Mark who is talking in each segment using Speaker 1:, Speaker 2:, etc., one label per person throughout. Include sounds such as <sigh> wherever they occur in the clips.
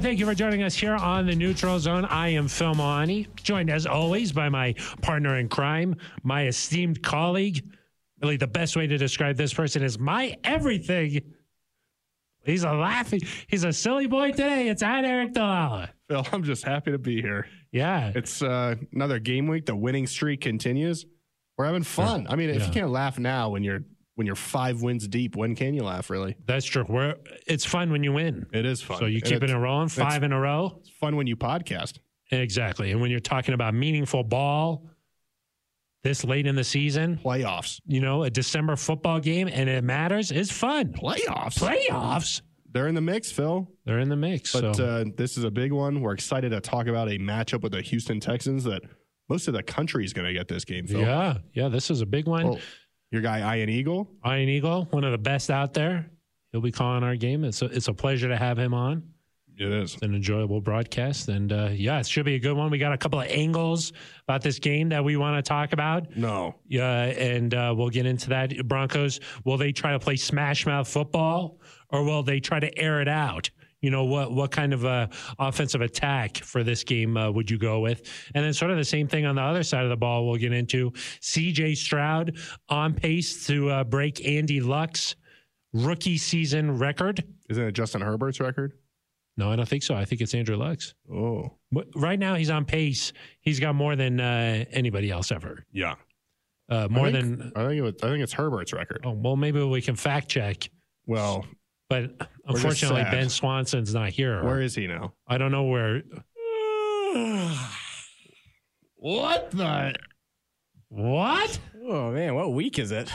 Speaker 1: thank you for joining us here on the Neutral Zone. I am Phil Maloney, joined as always by my partner in crime, my esteemed colleague. Really, the best way to describe this person is my everything. He's a laughing, he's a silly boy today. It's at Eric Dalala.
Speaker 2: Phil, I'm just happy to be here.
Speaker 1: Yeah.
Speaker 2: It's uh, another game week. The winning streak continues. We're having fun. I mean, if
Speaker 1: Yeah.
Speaker 2: you can't laugh now when you're when you're five wins deep, when can you laugh really?
Speaker 1: That's true. We're, it's fun when you win.
Speaker 2: It is fun.
Speaker 1: So you
Speaker 2: And
Speaker 1: keep it
Speaker 2: it's
Speaker 1: in a row, five in a row.
Speaker 2: fun when you podcast.
Speaker 1: Exactly. And when you're talking about meaningful ball this late in the season,
Speaker 2: Playoffs.
Speaker 1: you know, a December football game and it matters is fun.
Speaker 2: Playoffs.
Speaker 1: Playoffs.
Speaker 2: They're in the mix, Phil.
Speaker 1: They're in the mix.
Speaker 2: But
Speaker 1: so
Speaker 2: uh, this is a big one. We're excited to talk about a matchup with the Houston Texans that most of the country is going to get this game, Phil.
Speaker 1: yeah, yeah, this is a big one.
Speaker 2: Well, your guy Ian Eagle.
Speaker 1: Iron Eagle, one of the best out there. He'll be calling our game. It's a, it's a pleasure to have him on.
Speaker 2: It is.
Speaker 1: It's an enjoyable broadcast, and uh, yeah, it should be a good one. We got a couple of angles about this game that we want to talk about.
Speaker 2: No.
Speaker 1: Yeah, and uh, we'll get into that. Broncos, will they try to play smash mouth football or will they try to air it out? You know, what, what kind of uh, offensive attack for this game uh, would you go with? And then, sort of the same thing on the other side of the ball, we'll get into CJ Stroud on pace to uh, break Andy Luck's rookie season record.
Speaker 2: Isn't it Justin Herbert's record?
Speaker 1: No, I don't think so. I think it's Andrew Luck's.
Speaker 2: Oh.
Speaker 1: But Right now, he's on pace. He's got more than uh, anybody else ever.
Speaker 2: Yeah.
Speaker 1: Uh, more
Speaker 2: I think-
Speaker 1: than,
Speaker 2: I think it was, I think it's Herbert's record.
Speaker 1: oh, well, maybe we can fact check.
Speaker 2: Well,
Speaker 1: But
Speaker 2: just
Speaker 1: unfortunately,
Speaker 2: sad.
Speaker 1: Ben Swanson's not here.
Speaker 2: where is he now?
Speaker 1: I don't know where.
Speaker 2: <sighs> What the?
Speaker 1: What?
Speaker 3: Oh man, what week is it?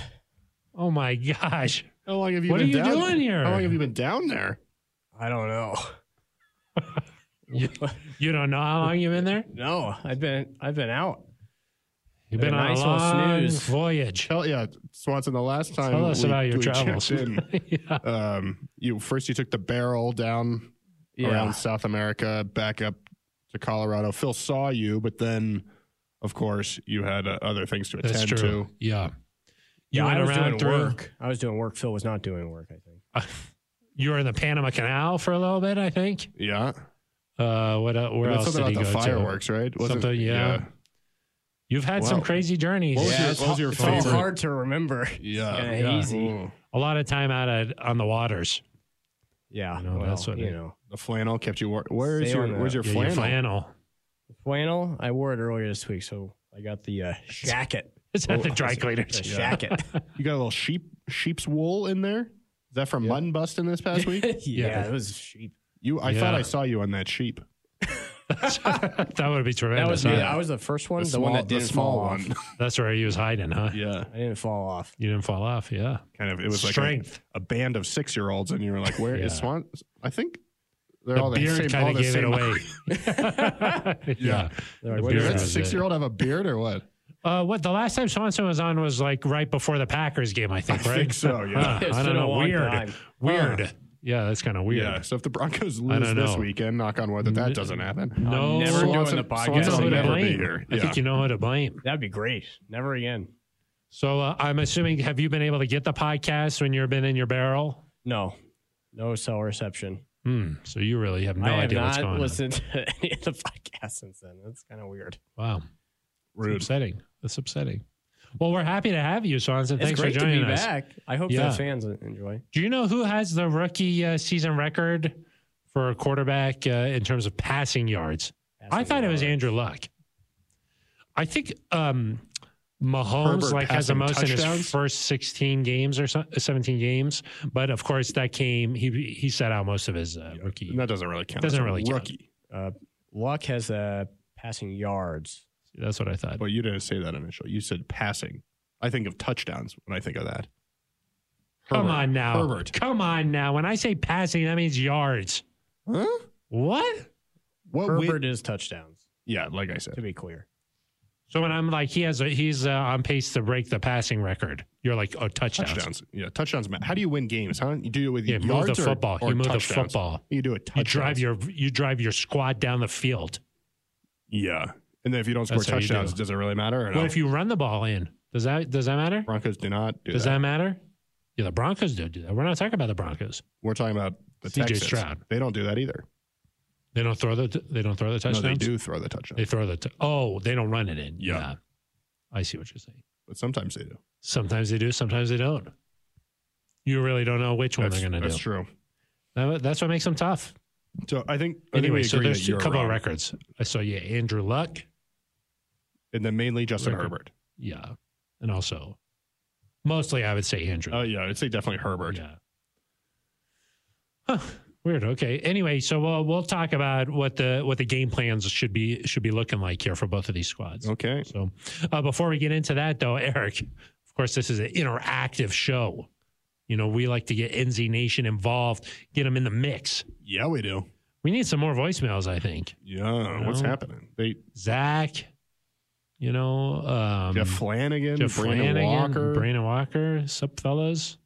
Speaker 1: Oh my gosh!
Speaker 2: How long have you
Speaker 1: What are
Speaker 2: been
Speaker 1: you
Speaker 2: down
Speaker 1: doing here?
Speaker 2: How long have you been down there?
Speaker 3: I don't know.
Speaker 1: You, you don't know how long you've been there.
Speaker 3: No, I've been I've been out.
Speaker 1: You've been
Speaker 3: Been a
Speaker 1: on a
Speaker 3: nice little
Speaker 1: long
Speaker 3: snooze.
Speaker 1: voyage.
Speaker 2: Tell yeah, Swanson. The last time
Speaker 1: Tell us
Speaker 2: we-
Speaker 1: about your
Speaker 2: we
Speaker 1: travels.
Speaker 2: checked in,
Speaker 1: <laughs> yeah.
Speaker 2: um, you first you took the barrel down
Speaker 3: Yeah.
Speaker 2: around South America, back up to Colorado. Phil saw you, but then, of course, you had uh, other things to
Speaker 1: That's
Speaker 2: attend
Speaker 1: true.
Speaker 2: to.
Speaker 1: Yeah. You
Speaker 3: yeah,
Speaker 1: went
Speaker 3: I was
Speaker 1: around
Speaker 3: doing
Speaker 1: through.
Speaker 3: work. I was doing work. Phil was not doing work, I think.
Speaker 1: <laughs> You were in the Panama Canal for a little bit, I think.
Speaker 2: Yeah,
Speaker 1: Uh, what? el- Where
Speaker 2: And
Speaker 1: else
Speaker 2: something
Speaker 1: did
Speaker 2: about
Speaker 1: he
Speaker 2: the
Speaker 1: go
Speaker 2: fireworks, right?
Speaker 1: Something, yeah. to? You've had some
Speaker 2: Wow.
Speaker 1: crazy journeys.
Speaker 2: What was your-
Speaker 3: it's
Speaker 2: what was
Speaker 3: hard-
Speaker 2: your
Speaker 3: it's all
Speaker 2: favorite?
Speaker 3: hard to remember.
Speaker 2: yeah,
Speaker 3: Yeah,
Speaker 2: yeah.
Speaker 3: easy.
Speaker 2: Ooh.
Speaker 1: A lot of time out at, on the waters.
Speaker 3: Yeah,
Speaker 1: No,
Speaker 3: well,
Speaker 1: that's what
Speaker 3: you
Speaker 1: it-
Speaker 3: know.
Speaker 2: The flannel kept you. War- where is
Speaker 3: Stay
Speaker 2: your
Speaker 3: on that.
Speaker 2: Where's your
Speaker 1: Yeah,
Speaker 2: flannel?
Speaker 1: flannel.
Speaker 3: Flannel. I wore it earlier this week, so I got the uh, jacket.
Speaker 1: It's
Speaker 2: <laughs>
Speaker 3: <laughs>
Speaker 1: at the dry
Speaker 3: The
Speaker 1: cleaners.
Speaker 3: jacket.
Speaker 2: You got a little sheep sheep's wool in there. Is that from mutton busting this past week?
Speaker 3: <laughs> yeah,
Speaker 1: Yeah.
Speaker 3: it was cheap.
Speaker 2: You, I
Speaker 1: Yeah.
Speaker 2: thought I saw you on that sheep.
Speaker 1: <laughs> that would be
Speaker 3: That
Speaker 1: tremendous.
Speaker 3: was
Speaker 1: huh?
Speaker 3: yeah. I was the first one, the, one
Speaker 2: small-
Speaker 3: that didn't
Speaker 2: small
Speaker 3: fall
Speaker 2: <laughs>
Speaker 3: off.
Speaker 2: one.
Speaker 1: That's where he was hiding, huh?
Speaker 2: yeah,
Speaker 3: I didn't fall off.
Speaker 1: You didn't fall off, yeah.
Speaker 2: kind of. It was like a,
Speaker 1: strength.
Speaker 2: a band of six year olds, and you were like, "Where is
Speaker 1: Yeah.
Speaker 2: Swan?" I think they're all
Speaker 1: the
Speaker 2: the same.
Speaker 1: beard
Speaker 2: all
Speaker 1: kind
Speaker 2: the
Speaker 1: of gave it
Speaker 2: same-
Speaker 1: away. <laughs>
Speaker 2: <laughs>
Speaker 1: yeah.
Speaker 3: They're
Speaker 1: The
Speaker 3: like, what
Speaker 1: beard
Speaker 2: Does
Speaker 3: is
Speaker 2: that
Speaker 1: was
Speaker 3: this? <laughs>
Speaker 2: six year old have a beard or what?
Speaker 1: Uh, what the last time Swanson was on was like right before the Packers game, I think, <laughs>
Speaker 2: I
Speaker 1: right?
Speaker 2: think so. Yeah.
Speaker 1: Huh,
Speaker 3: It's
Speaker 1: I
Speaker 3: been
Speaker 1: don't
Speaker 3: a
Speaker 1: know.
Speaker 3: long
Speaker 1: Weird.
Speaker 3: time.
Speaker 1: <laughs> Weird. Yeah, that's kind of weird.
Speaker 2: Yeah. So if the Broncos
Speaker 1: I
Speaker 2: lose
Speaker 1: don't
Speaker 2: this
Speaker 1: know.
Speaker 2: weekend, knock on wood that that doesn't happen.
Speaker 1: No,
Speaker 3: never doing
Speaker 2: Swanson-
Speaker 3: the podcast
Speaker 1: you know
Speaker 2: Swanson
Speaker 1: who
Speaker 2: will
Speaker 1: to
Speaker 2: never be
Speaker 1: blame.
Speaker 2: here.
Speaker 1: I think you know who to blame.
Speaker 3: That'd be great. Never again.
Speaker 1: So uh, I'm assuming, have you been able to get the podcast when you've been in your barrel?
Speaker 3: No, no cell reception.
Speaker 1: Hmm. So you really have no
Speaker 3: I have
Speaker 1: idea what's
Speaker 3: not
Speaker 1: going
Speaker 3: listened to <laughs> any of the podcasts since then. That's kind of weird.
Speaker 1: on. Wow. It's
Speaker 2: Rude.
Speaker 1: upsetting. That's upsetting. Well, we're happy to have you, Swanson. Thanks
Speaker 3: it's great
Speaker 1: for joining
Speaker 3: to be
Speaker 1: us.
Speaker 3: back. I hope
Speaker 1: Yeah.
Speaker 3: the fans enjoy.
Speaker 1: Do you know who has the rookie uh, season record for a quarterback uh, in terms of passing yards? I thought it was Andrew Luck. I think um, Mahomes
Speaker 2: Herbert
Speaker 1: like has the
Speaker 2: passing
Speaker 1: most in his
Speaker 2: touchdowns?
Speaker 1: first 16 games or so, 17 games, but of course that came he he set out most of his uh, rookie.
Speaker 2: And that doesn't really count.
Speaker 1: Doesn't
Speaker 2: That's a
Speaker 1: really count.
Speaker 2: rookie.
Speaker 3: Uh, Luck has uh, passing yards.
Speaker 1: That's what I thought.
Speaker 2: But you didn't say that initially. You said passing. I think of touchdowns when I think of that.
Speaker 1: Come
Speaker 2: Herbert.
Speaker 1: on now.
Speaker 2: Herbert.
Speaker 1: Come on now. When I say passing, that means yards.
Speaker 2: Huh?
Speaker 1: What?
Speaker 2: What win-
Speaker 3: Herbert is touchdowns.
Speaker 2: yeah, like I
Speaker 3: To
Speaker 2: said.
Speaker 3: be clear,
Speaker 1: So when I'm like he has a, he's uh, on pace to break the passing record, you're like oh touchdowns.
Speaker 2: Touchdowns. Yeah, touchdowns. ma- How do you win games, huh? You do it with
Speaker 1: Yeah, move
Speaker 2: yards
Speaker 1: the
Speaker 2: or,
Speaker 1: football.
Speaker 2: or
Speaker 1: you move
Speaker 2: touchdowns.
Speaker 1: the football.
Speaker 2: You do a touchdown.
Speaker 1: You drive your you drive your squad down the field.
Speaker 2: Yeah. And then if you don't score
Speaker 1: That's how you
Speaker 2: touchdowns,
Speaker 1: do.
Speaker 2: does it really matter? Or no?
Speaker 1: What if you run the ball in? Does that does that matter?
Speaker 2: Broncos do not do
Speaker 1: does
Speaker 2: that.
Speaker 1: that. matter? Yeah, the Broncos do do that. We're not talking about the Broncos.
Speaker 2: We're talking about the
Speaker 1: CJ
Speaker 2: Texans.
Speaker 1: Stroud.
Speaker 2: They don't do that either.
Speaker 1: They don't throw the t- they don't throw the touchdowns.
Speaker 2: No, they do throw the touchdown,
Speaker 1: They throw the t- oh they don't run it in.
Speaker 2: Yeah.
Speaker 1: I see what you're saying.
Speaker 2: but sometimes they do.
Speaker 1: Sometimes they do, sometimes they don't. You really don't know which one
Speaker 2: that's
Speaker 1: they're going to
Speaker 2: that's
Speaker 1: do.
Speaker 2: true.
Speaker 1: That- that's what makes them tough.
Speaker 2: So I think I think
Speaker 1: Anyway,
Speaker 2: we
Speaker 1: so
Speaker 2: agree
Speaker 1: there's
Speaker 2: that
Speaker 1: a
Speaker 2: you're
Speaker 1: couple
Speaker 2: wrong.
Speaker 1: of records. I saw yeah, Andrew Luck.
Speaker 2: and then mainly Justin
Speaker 1: Record.
Speaker 2: Herbert.
Speaker 1: Yeah, and also mostly I would say Andrew.
Speaker 2: Oh yeah, I'd say definitely Herbert.
Speaker 1: Yeah. Huh. Weird. Okay. Anyway, so we'll we'll talk about what the what the game plans should be should be looking like here for both of these squads.
Speaker 2: Okay,
Speaker 1: So uh, before we get into that, though, Eric, of course, this is an interactive show. You know, we like to get NZ Nation involved, get them in the mix.
Speaker 2: yeah, we do.
Speaker 1: We need some more voicemails, I think.
Speaker 2: Yeah, what's
Speaker 1: No.
Speaker 2: happening? They
Speaker 1: Zach, you know, um,
Speaker 2: Jeff Flanagan,
Speaker 1: Jeff
Speaker 2: Brandon
Speaker 1: Flanagan,
Speaker 2: Walker,
Speaker 1: Brandon Walker, sup, fellas?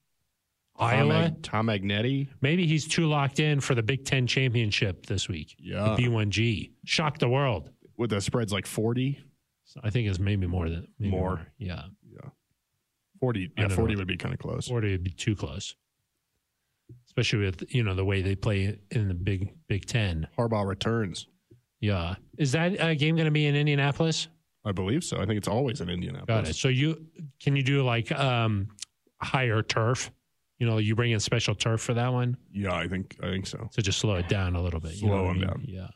Speaker 2: Tom,
Speaker 1: Iowa.
Speaker 2: Ag- Tom Agnetti.
Speaker 1: Maybe he's too locked in for the Big Ten championship this week.
Speaker 2: Yeah,
Speaker 1: the B1G shocked the world.
Speaker 2: with the spreads like 40,
Speaker 1: So I think it's maybe more than maybe
Speaker 2: More.
Speaker 1: Yeah,
Speaker 2: 40
Speaker 1: I
Speaker 2: Yeah,
Speaker 1: don't
Speaker 2: forty
Speaker 1: know.
Speaker 2: would be kind of close.
Speaker 1: or it'd be too close, especially with you know the way they play in the Big Big Ten.
Speaker 2: Harbaugh returns.
Speaker 1: Yeah, is that uh, game going to be in Indianapolis?
Speaker 2: I believe so. I think it's always in Indianapolis.
Speaker 1: Got it. So you can you do like um higher turf? You know, you bring in special turf for that one
Speaker 2: Yeah, I think I think so.
Speaker 1: to just slow it down a little bit. you know
Speaker 2: Slow
Speaker 1: what I
Speaker 2: them
Speaker 1: mean?
Speaker 2: down.
Speaker 1: Yeah,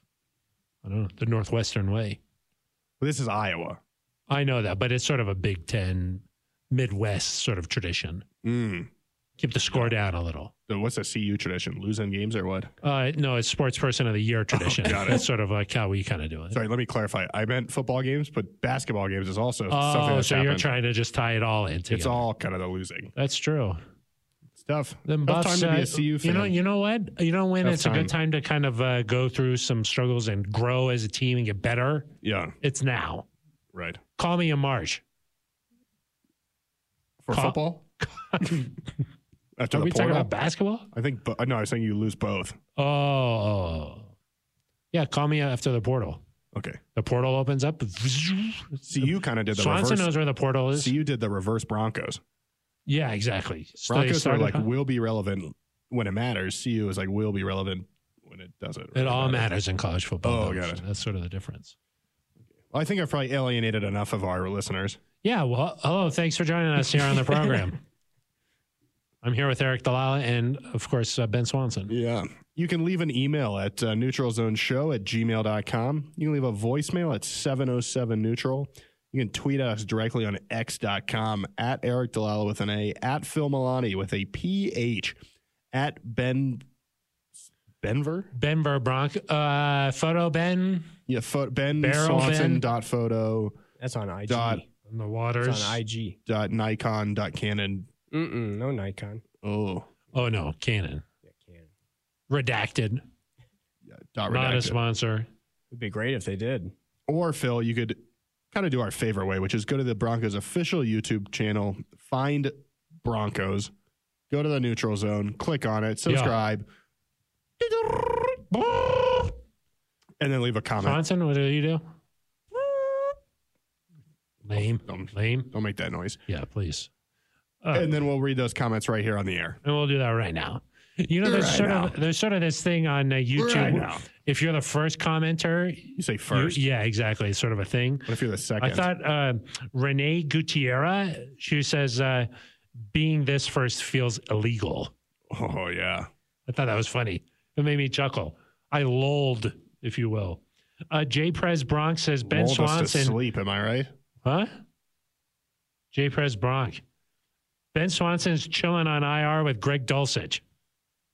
Speaker 1: I don't know the Northwestern way.
Speaker 2: But this is Iowa.
Speaker 1: I know that, but it's sort of a Big Ten, Midwest sort of tradition.
Speaker 2: Mm.
Speaker 1: Keep the score down a little.
Speaker 2: So what's a CU tradition? Losing games or what?
Speaker 1: Uh, no, it's Sports Person of the
Speaker 2: <laughs>
Speaker 1: Year tradition.
Speaker 2: Oh, got it.
Speaker 1: That's sort of like how we kind of do it.
Speaker 2: Sorry, let me clarify. I meant football games, but basketball games is also something
Speaker 1: oh,
Speaker 2: that's
Speaker 1: so you're
Speaker 2: happened.
Speaker 1: trying to just tie it all in together.
Speaker 2: It's all kind of the losing
Speaker 1: That's true.
Speaker 2: stuff.
Speaker 1: Then
Speaker 2: Tough
Speaker 1: Buffs,
Speaker 2: time to be
Speaker 1: uh,
Speaker 2: a CU
Speaker 1: You know,
Speaker 2: fan.
Speaker 1: you know what? You know when
Speaker 2: Tough
Speaker 1: it's a good time to kind of uh, go through some struggles and grow as a team and get better.
Speaker 2: Yeah,
Speaker 1: It's now.
Speaker 2: right.
Speaker 1: Call me in March.
Speaker 2: For
Speaker 1: Col- <laughs>
Speaker 2: football, after
Speaker 1: Are
Speaker 2: the
Speaker 1: we talking
Speaker 2: portal,
Speaker 1: about basketball?
Speaker 2: I think. But no, I was saying you lose both.
Speaker 1: Oh, oh, yeah. Call me after the portal.
Speaker 2: Okay,
Speaker 1: The portal opens up.
Speaker 2: CU kind of did the
Speaker 1: Swanson
Speaker 2: reverse.
Speaker 1: knows where the portal is.
Speaker 2: CU did the reverse Broncos.
Speaker 1: yeah, exactly. So they
Speaker 2: Broncos are
Speaker 1: started-
Speaker 2: like will be relevant when it matters. CU is like will be relevant when it doesn't.
Speaker 1: it
Speaker 2: really
Speaker 1: all
Speaker 2: matter.
Speaker 1: matters in college football.
Speaker 2: Oh, got
Speaker 1: So That's sort of the difference.
Speaker 2: I think I've probably alienated enough of our listeners.
Speaker 1: Yeah. Well, hello. Thanks for joining us here on the program.
Speaker 2: <laughs>
Speaker 1: I'm here with Eric Dalala and, of course, uh, Ben Swanson.
Speaker 2: Yeah. You can leave an email at uh, neutralzoneshow at gmail.com. You can leave a voicemail at 707 neutral. You can tweet us directly on x.com at Eric Delala with an A, at Phil Milani with a PH, at Ben Benver?
Speaker 1: Benver Bronco, uh, photo Ben
Speaker 2: Yeah, pho- Ben
Speaker 1: Barrel Ben.
Speaker 2: Swanson dot photo
Speaker 3: That's on IG.
Speaker 2: Dot.
Speaker 1: on the waters.
Speaker 3: That's on IG.
Speaker 2: dot Nikon dot Canon.
Speaker 3: Mm-mm, no Nikon.
Speaker 2: Oh,
Speaker 1: oh, no. Canon.
Speaker 3: Yeah, can.
Speaker 1: Redacted.
Speaker 2: yeah, dot
Speaker 1: Not a
Speaker 2: redacted.
Speaker 1: sponsor.
Speaker 3: It'd be great if they did.
Speaker 2: or Phil, you could kind of do our favorite way, which is go to the Broncos official YouTube channel, find Broncos, go to the neutral zone, click on it, subscribe, and then leave a comment.
Speaker 1: Swanson, what do you do? Lame.
Speaker 2: Don't,
Speaker 1: Lame.
Speaker 2: don't make that noise.
Speaker 1: Yeah, please. Uh,
Speaker 2: And then we'll read those comments right here on the air.
Speaker 1: and we'll do that right now. You know, there's
Speaker 2: Right
Speaker 1: sort of
Speaker 2: now.
Speaker 1: there's sort of this thing on uh, YouTube.
Speaker 2: Right now.
Speaker 1: If you're the first commenter, you-
Speaker 2: You say first.
Speaker 1: yeah, exactly, it's sort of a thing.
Speaker 2: what if you're the
Speaker 1: I
Speaker 2: second?
Speaker 1: thought uh, Renee Gutierrez. She says uh, being this first feels illegal.
Speaker 2: oh, yeah.
Speaker 1: I thought that was funny. It made me chuckle. I lulled, if you will. Uh, J. Prez Bronx says Ben
Speaker 2: Lulled us to
Speaker 1: Swanson.
Speaker 2: sleep, am I right?
Speaker 1: Huh? J. Prez Bronx. Ben Swanson's chilling on IR with Greg Dulcich.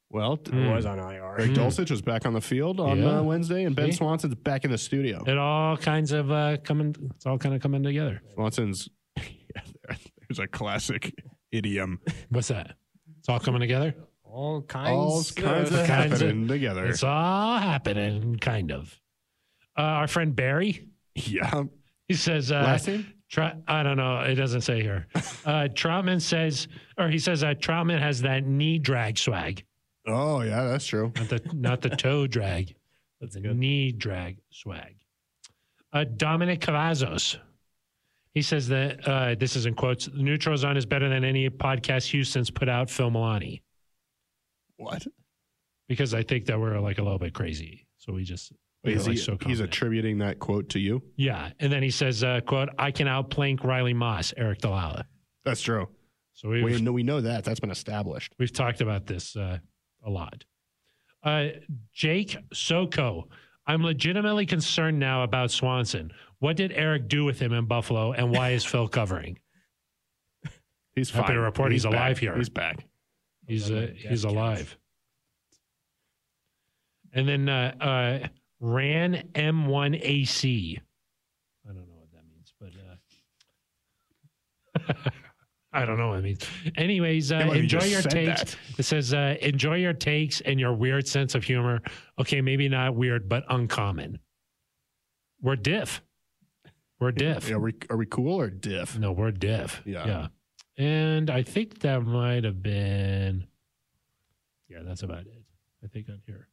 Speaker 2: Well, t-
Speaker 1: Mm.
Speaker 3: It was on IR.
Speaker 2: Greg
Speaker 1: Mm.
Speaker 2: Dulcich was back on the field on
Speaker 1: Yeah.
Speaker 2: uh, Wednesday, and Ben
Speaker 1: See?
Speaker 2: Swanson's back in the studio.
Speaker 1: It all kinds of uh, coming. It's all kind of coming together.
Speaker 2: Swanson's <laughs> yeah, there- there's a classic idiom.
Speaker 1: What's that? It's all coming together.
Speaker 3: All kinds,
Speaker 2: All kinds of
Speaker 1: Kinds of-
Speaker 2: happening together.
Speaker 1: It's all happening, kind of. Uh, our friend Barry,
Speaker 2: Yeah.
Speaker 1: he says, uh,
Speaker 2: Last name?
Speaker 1: Trou- I don't know. It doesn't say here. Uh, Troutman says, or he says, uh, Troutman has that knee drag swag,
Speaker 2: Oh yeah, that's true.
Speaker 1: not the not the toe drag, but the
Speaker 3: good.
Speaker 1: knee drag swag. Uh, Dominic Cavazos. He says that uh, this is in quotes. Neutral Zone is better than any podcast Houston's put out. Phil Milani.
Speaker 2: What?
Speaker 1: because I think that we're like a little bit crazy. It's So we just we
Speaker 2: Wait,
Speaker 1: were,
Speaker 2: is
Speaker 1: like,
Speaker 2: he-
Speaker 1: so
Speaker 2: he's
Speaker 1: confident.
Speaker 2: attributing that quote to you.
Speaker 1: yeah. And then he says, uh, "quote I can outplank Riley Moss, Eric Dalala."
Speaker 2: That's true.
Speaker 1: So we
Speaker 2: We know we know that. That's been established.
Speaker 1: We've talked about this uh, a lot. Uh, Jake Soko, I'm legitimately concerned now about Swanson. What did Eric do with him in Buffalo, and why is Phil covering?
Speaker 2: He's
Speaker 1: Happy
Speaker 2: fine.
Speaker 1: to report he's
Speaker 2: back.
Speaker 1: alive here.
Speaker 2: He's back.
Speaker 1: He's
Speaker 3: Well,
Speaker 1: uh,
Speaker 3: that might
Speaker 1: he's
Speaker 3: count.
Speaker 1: alive. And then uh, uh, Ran M1AC. I don't know what that means, but uh, <laughs> I don't know what it means. Anyways, uh,
Speaker 2: Can't believe you
Speaker 1: enjoy
Speaker 2: just
Speaker 1: your
Speaker 2: said
Speaker 1: takes.
Speaker 2: that.
Speaker 1: It says, uh, enjoy your takes and your weird sense of humor. Okay, maybe not weird, but uncommon. We're diff. We're diff.
Speaker 2: Yeah, Are we, are we cool or diff?
Speaker 1: No, we're diff.
Speaker 2: Yeah.
Speaker 1: Yeah. And I think that might have been. Yeah, that's about it. I think on here.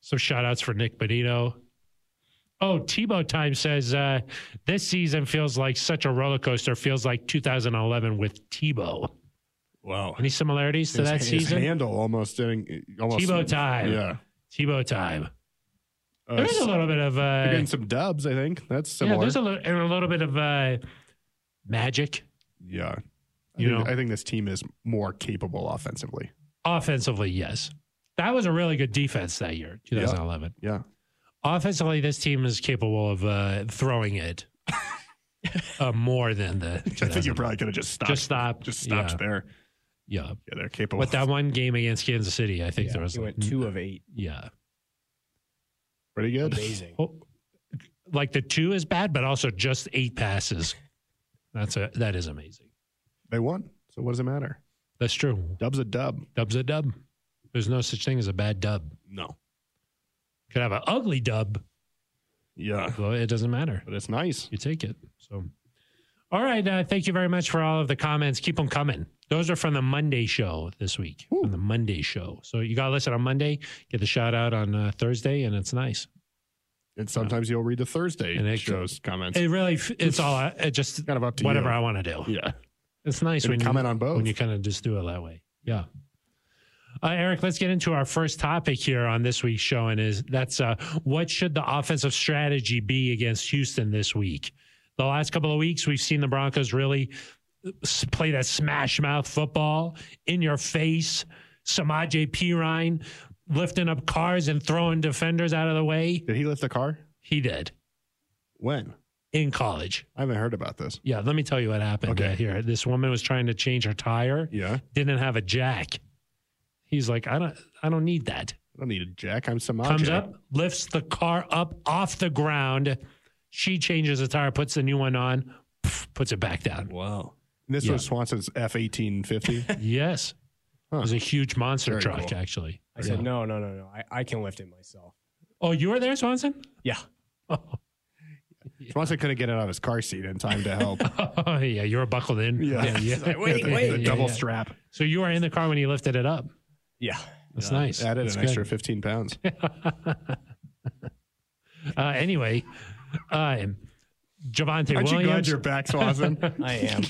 Speaker 1: So shout outs for Nick Bonito. Oh, Tebow time says uh, this season feels like such a roller coaster. Feels like 2011 with Tebow.
Speaker 2: Wow.
Speaker 1: Any similarities to
Speaker 2: his,
Speaker 1: that
Speaker 2: his
Speaker 1: season?
Speaker 2: handle almost didn't. Almost,
Speaker 1: Tebow time.
Speaker 2: Yeah.
Speaker 1: Tebow time.
Speaker 2: Uh,
Speaker 1: There is a little bit of
Speaker 2: they're
Speaker 1: uh,
Speaker 2: getting some dubs, I think. That's
Speaker 1: yeah.
Speaker 2: similar.
Speaker 1: There's a little and a little bit of uh, magic.
Speaker 2: Yeah. I
Speaker 1: You
Speaker 2: think,
Speaker 1: know.
Speaker 2: I think this team is more capable offensively.
Speaker 1: Offensively, yes. That was a really good defense that year, 2011.
Speaker 2: Yeah.
Speaker 1: Offensively, this team is capable of uh, throwing
Speaker 2: <laughs>
Speaker 1: it uh, more than the.
Speaker 2: I think you probably could have just stopped.
Speaker 1: just stop.
Speaker 2: Just Oh. stopped
Speaker 1: Yeah.
Speaker 2: there.
Speaker 1: yeah.
Speaker 2: Yeah, they're capable.
Speaker 1: But that one game against Kansas City, I think
Speaker 3: Yeah,
Speaker 1: there was
Speaker 3: he
Speaker 1: like,
Speaker 3: went two
Speaker 1: <laughs>
Speaker 3: of eight.
Speaker 1: Yeah.
Speaker 2: pretty good.
Speaker 3: Amazing.
Speaker 1: Oh, like the two is bad, but also just eight passes. That's a that is amazing.
Speaker 2: They won. So what does it matter?
Speaker 1: That's true.
Speaker 2: Dub's a dub.
Speaker 1: Dub's a dub. There's no such thing as a bad dub.
Speaker 2: No.
Speaker 1: Could have an ugly dub,
Speaker 2: Yeah.
Speaker 1: but it doesn't matter.
Speaker 2: But it's nice.
Speaker 1: you take it. So, all right. Uh, thank you very much for all of the comments. Keep them coming. Those are from the Monday show this week,
Speaker 2: Woo.
Speaker 1: from the Monday show. So you got to listen on Monday, get the shout out on uh, Thursday, and it's nice.
Speaker 2: And sometimes you'll read the Thursday
Speaker 1: And it-
Speaker 2: shows comments.
Speaker 1: It really, f- it's all, I- it just
Speaker 2: kind of up to
Speaker 1: whatever
Speaker 2: you.
Speaker 1: I want to do.
Speaker 2: yeah.
Speaker 1: It's nice
Speaker 2: And
Speaker 1: when you,
Speaker 2: comment on both.
Speaker 1: when you kind of just do it that way. Yeah. Uh, Eric, let's get into our first topic here on this week's show, and is that's uh, what should the offensive strategy be against Houston this week? The last couple of weeks, we've seen the Broncos really uh, s- play that smash mouth football in your face. Samaje Perine lifting up cars and throwing defenders out of the way.
Speaker 2: Did he lift the car?
Speaker 1: He did
Speaker 2: When?
Speaker 1: in college.
Speaker 2: I haven't heard about this.
Speaker 1: Yeah, let me tell you what happened
Speaker 2: Okay.
Speaker 1: uh, here. This woman was trying to change her tire.
Speaker 2: Yeah. I
Speaker 1: didn't have a jack. He's like, I don't, I don't need that.
Speaker 2: don't need a jack. I'm Samaj.
Speaker 1: Comes up, lifts the car up off the ground. She changes the tire, puts the new one on, pff, puts it back
Speaker 2: <laughs>
Speaker 1: down.
Speaker 2: Wow. This
Speaker 1: Yeah.
Speaker 2: was Swanson's F
Speaker 1: <laughs>
Speaker 2: eighteen fifty.
Speaker 1: yes,
Speaker 2: Huh.
Speaker 1: it was a huge monster
Speaker 2: Very
Speaker 1: truck,
Speaker 2: cool.
Speaker 1: actually.
Speaker 3: I said, no, no, no, no. I, I can lift it myself.
Speaker 1: Oh, you were there, Swanson?
Speaker 3: Yeah.
Speaker 1: Oh,
Speaker 2: <laughs> Swanson couldn't get it out of his car seat in time to help.
Speaker 1: <laughs> yeah, you were buckled in.
Speaker 2: He's like, <laughs>
Speaker 1: <laughs>
Speaker 2: wait,
Speaker 1: Yeah,
Speaker 2: wait.
Speaker 1: yeah,
Speaker 2: The double
Speaker 1: yeah.
Speaker 2: strap.
Speaker 1: So you were in the car when he lifted it up.
Speaker 3: Yeah.
Speaker 1: That's
Speaker 2: Yeah.
Speaker 1: nice.
Speaker 2: Added
Speaker 1: That's
Speaker 2: an
Speaker 1: good.
Speaker 2: extra fifteen pounds.
Speaker 1: <laughs> Uh, anyway, uh, Javante
Speaker 2: Aren't you glad
Speaker 1: Williams.
Speaker 2: you're back, Swanson?
Speaker 3: I am.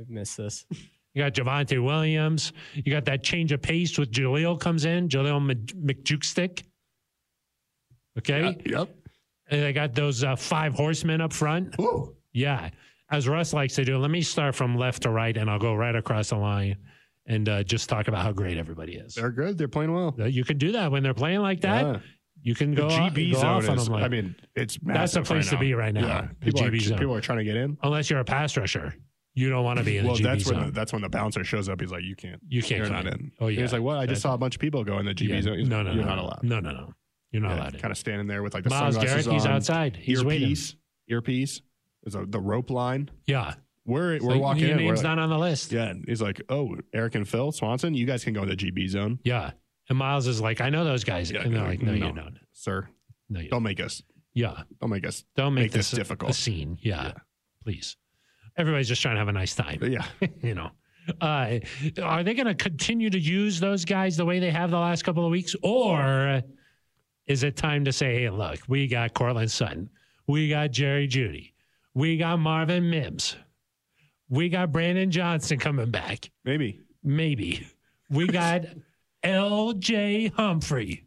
Speaker 3: I've missed this.
Speaker 1: <laughs> You got Javante Williams. You got that change of pace with Jaleel comes in, Jaleel Mc- McJukestick. Okay.
Speaker 2: Uh, yep.
Speaker 1: And they got those uh, five horsemen up front.
Speaker 2: Ooh.
Speaker 1: Yeah. As Russ likes to do, let me start from left to right and I'll go right across the line and uh, just talk about how great everybody is.
Speaker 2: They're good. They're playing well.
Speaker 1: Uh, you can do that when they're playing like that.
Speaker 2: Yeah.
Speaker 1: You can go,
Speaker 2: the GB
Speaker 1: go off
Speaker 2: zone
Speaker 1: on
Speaker 2: is.
Speaker 1: them like,
Speaker 2: I mean, it's
Speaker 1: that's the
Speaker 2: massive
Speaker 1: place
Speaker 2: right
Speaker 1: to
Speaker 2: now.
Speaker 1: be right now.
Speaker 2: Yeah.
Speaker 1: The
Speaker 2: People,
Speaker 1: GB
Speaker 2: are,
Speaker 1: zone.
Speaker 2: people are trying to get in.
Speaker 1: Unless you're a pass rusher, you don't want to be in the
Speaker 2: Well,
Speaker 1: GB
Speaker 2: that's
Speaker 1: zone.
Speaker 2: when the, that's when the bouncer shows up. He's like, "You can't.
Speaker 1: you can't.
Speaker 2: You're
Speaker 1: come
Speaker 2: not in."
Speaker 1: Oh yeah.
Speaker 2: He's like, "What? I just saw a bunch of people go in the GB
Speaker 1: Yeah.
Speaker 2: zone." He's
Speaker 1: no,
Speaker 2: like,
Speaker 1: no,
Speaker 2: you're
Speaker 1: no,
Speaker 2: not
Speaker 1: no.
Speaker 2: allowed.
Speaker 1: No, no, no. You're not allowed.
Speaker 2: Kind of standing there with like the
Speaker 1: Miles
Speaker 2: sunglasses
Speaker 1: Garrett, he's
Speaker 2: on,
Speaker 1: outside. He's waiting.
Speaker 2: earpiece, earpiece. There's a, the rope line.
Speaker 1: Yeah.
Speaker 2: We're we're
Speaker 1: Like,
Speaker 2: walking
Speaker 1: Your
Speaker 2: in. We're
Speaker 1: name's
Speaker 2: like,
Speaker 1: not on the list. Yeah.
Speaker 2: yeah, and he's like, "Oh, Eric and Phil Swanson, you guys can go in the GB zone,
Speaker 1: And Miles is like, I know those guys.
Speaker 2: Yeah,
Speaker 1: and they're
Speaker 2: no,
Speaker 1: like, no,
Speaker 2: no.
Speaker 1: you don't.
Speaker 2: sir.
Speaker 1: No, you don't.
Speaker 2: Don't make us.
Speaker 1: Yeah.
Speaker 2: Don't make us.
Speaker 1: Don't make,
Speaker 2: Make this
Speaker 1: a-
Speaker 2: difficult.
Speaker 1: A scene. Yeah.
Speaker 2: Yeah.
Speaker 1: Please. Everybody's just trying to have a nice time,
Speaker 2: But yeah,
Speaker 1: <laughs> you know. Uh, are they going to continue to use those guys the way they have the last couple of weeks? Or is it time to say, hey, look, we got Cortland Sutton. We got Jerry Judy. We got Marvin Mims. We got Brandon Johnson coming back.
Speaker 2: maybe
Speaker 1: Maybe.
Speaker 2: <laughs>
Speaker 1: We got LJ Humphrey.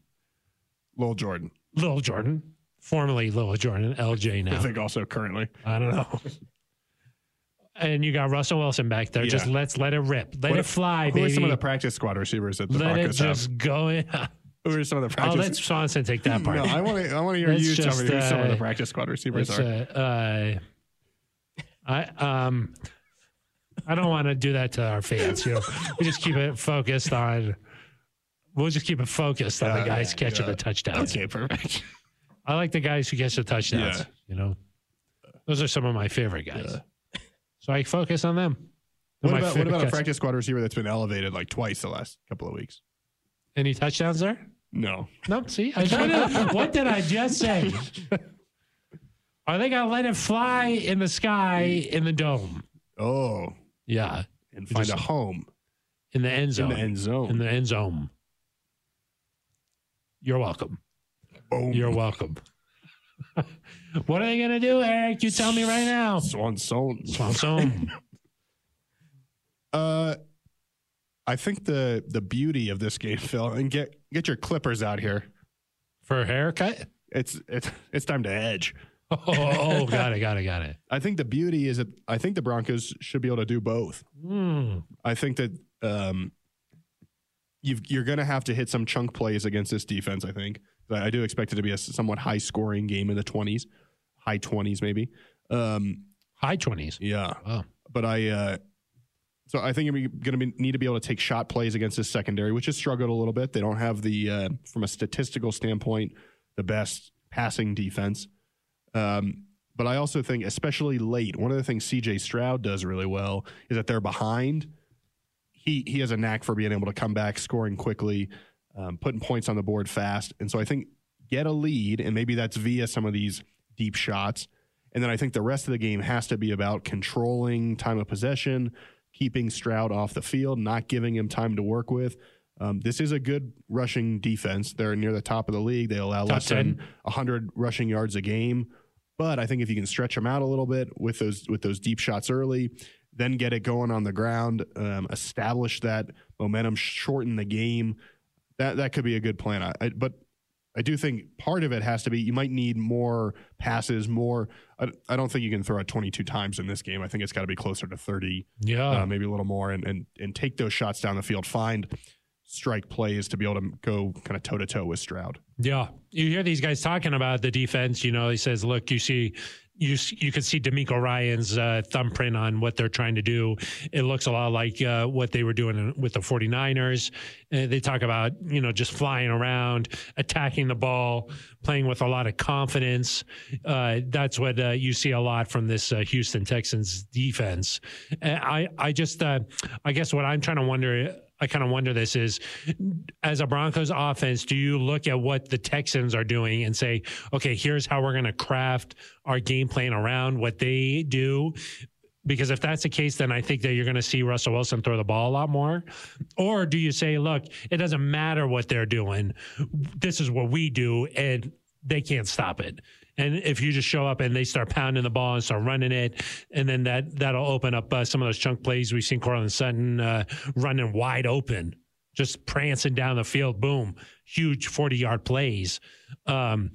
Speaker 2: Lil Jordan.
Speaker 1: Little Jordan, formerly Little Jordan, LJ
Speaker 2: I
Speaker 1: now.
Speaker 2: think also currently.
Speaker 1: I don't know.
Speaker 2: <laughs>
Speaker 1: And you got Russell Wilson back there. Just
Speaker 2: Yeah.
Speaker 1: let's let it rip. Let
Speaker 2: What-
Speaker 1: it fly,
Speaker 2: Who are
Speaker 1: baby.
Speaker 2: some of the practice squad receivers that the
Speaker 1: let it
Speaker 2: Broncos have?
Speaker 1: just go <laughs> in.
Speaker 2: Who are some of the
Speaker 1: oh,
Speaker 2: practice?
Speaker 1: let Swanson take that part. <laughs>
Speaker 2: <laughs> no, I want to. I want to hear
Speaker 1: Let's
Speaker 2: you tell
Speaker 1: just,
Speaker 2: me who some of the
Speaker 1: uh,
Speaker 2: practice squad receivers
Speaker 1: It's,
Speaker 2: are.
Speaker 1: uh, uh, I um, I don't want to do that to our fans. You know, we just keep it focused on. We'll just keep it focused on the
Speaker 2: Yeah,
Speaker 1: guys catching
Speaker 2: yeah.
Speaker 1: the touchdowns. <laughs>
Speaker 2: okay, perfect.
Speaker 1: I like the guys who catch the touchdowns.
Speaker 2: Yeah.
Speaker 1: You know, those are some of my favorite guys. So I focus on them. They're
Speaker 2: What
Speaker 1: my
Speaker 2: about, what
Speaker 1: favorite
Speaker 2: about a
Speaker 1: guys.
Speaker 2: practice squad receiver that's been elevated like twice the last couple of weeks?
Speaker 1: Any touchdowns there?
Speaker 2: No.
Speaker 1: Nope. See, I tried to, what did I just <laughs> say? Are they gonna let it fly in the sky in the dome?
Speaker 2: Oh,
Speaker 1: Yeah,
Speaker 2: and find
Speaker 1: just-
Speaker 2: a home
Speaker 1: in the end
Speaker 2: in
Speaker 1: zone.
Speaker 2: the end
Speaker 1: in
Speaker 2: zone.
Speaker 1: the end zone. You're welcome.
Speaker 2: Boom.
Speaker 1: You're welcome. <laughs> what are they gonna do, Eric? You tell me right now.
Speaker 2: Swan zone.
Speaker 1: Swanson.
Speaker 2: Uh, I think the the beauty of this game, Phil, and get get your clippers out here.
Speaker 1: for a haircut. <laughs>
Speaker 2: It's it's it's time to edge.
Speaker 1: Oh, oh, got it, got it, got it.
Speaker 2: I think the beauty is that I think the Broncos should be able to do both.
Speaker 1: Mm,
Speaker 2: I think that um, you've, you're going to have to hit some chunk plays against this defense. I think I I do expect it to be a somewhat high scoring game in the twenties, high twenties maybe. Um,
Speaker 1: high twenties.
Speaker 2: yeah,
Speaker 1: Wow.
Speaker 2: but I. Uh, so I think you're going to need to be able to take shot plays against this secondary, which has struggled a little bit. They don't have the, uh, from a statistical standpoint, the best passing defense. Um, but I also think, especially late, one of the things C.J. Stroud does really well is that they're behind. He he has a knack for being able to come back, scoring quickly, um, putting points on the board fast. And so I think get a lead, and maybe that's via some of these deep shots. And then I think the rest of the game has to be about controlling time of possession, keeping Stroud off the field, not giving him time to work with. Um, this is a good rushing defense. They're near the top of the league. They allow
Speaker 1: Top
Speaker 2: less than 100 rushing yards a game. But I think if you can stretch them out a little bit with those with those deep shots early, then get it going on the ground, um, establish that momentum, shorten the game. That that could be a good plan. I, I, but I do think part of it has to be you might need more passes, more. I, I don't think you can throw it 22 times in this game. I think it's got to be closer to 30,
Speaker 1: Yeah.
Speaker 2: uh, maybe a little more, and, and and take those shots down the field. Find strike plays to be able to go kind of toe to toe with Stroud.
Speaker 1: Yeah, you hear these guys talking about the defense. You know, he says, "Look, you see, you s- you can see D'Amico Ryan's uh, thumbprint on what they're trying to do. It looks a lot like uh, what they were doing in- with the 49ers. Uh, they talk about you know just flying around, attacking the ball, playing with a lot of confidence. Uh, that's what uh, you see a lot from this uh, Houston Texans defense. And I I just uh, I guess what I'm trying to wonder. I kind of wonder this is as a Broncos offense, do you look at what the Texans are doing and say, okay, here's how we're going to craft our game plan around what they do? Because if that's the case, then I think that you're going to see Russell Wilson throw the ball a lot more. Or do you say, look, it doesn't matter what they're doing. This is what we do, and they can't stop it. And if you just show up and they start pounding the ball and start running it, and then that that'll open up uh, some of those chunk plays we've seen Corlin Sutton uh, running wide open just prancing down the field, boom, huge 40 yard plays. Um,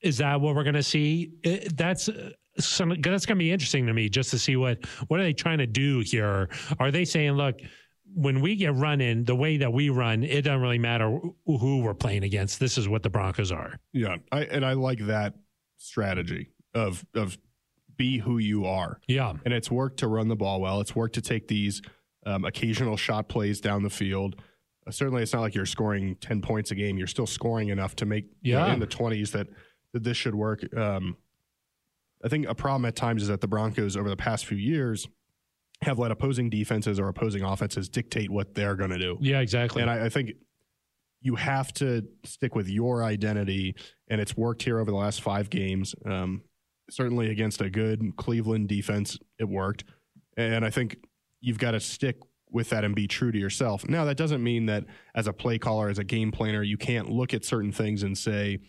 Speaker 1: is that what we're going to see? It, that's uh, some, that's going to be interesting to me just to see what, what are they trying to do here? Are they saying, look, when we get running the way that we run, it doesn't really matter wh- who we're playing against. This is what the Broncos are.
Speaker 2: Yeah, I and I like that strategy of of be who you are,
Speaker 1: Yeah.
Speaker 2: and it's worked to run the ball well. It's worked to take these um, occasional shot plays down the field. Uh, certainly, it's not like you're scoring ten points a game. You're still scoring enough to make you know,
Speaker 1: Yeah.
Speaker 2: in the twenties that that this should work. Um, I think a problem at times is that the Broncos over the past few years have let opposing defenses or opposing offenses dictate what they're going to do.
Speaker 1: Yeah, exactly.
Speaker 2: And I, I think you have to stick with your identity, and it's worked here over the last five games. Um, certainly against a good Cleveland defense, it worked. And I think you've got to stick with that and be true to yourself. Now, that doesn't mean that as a play caller, as a game planner, you can't look at certain things and say,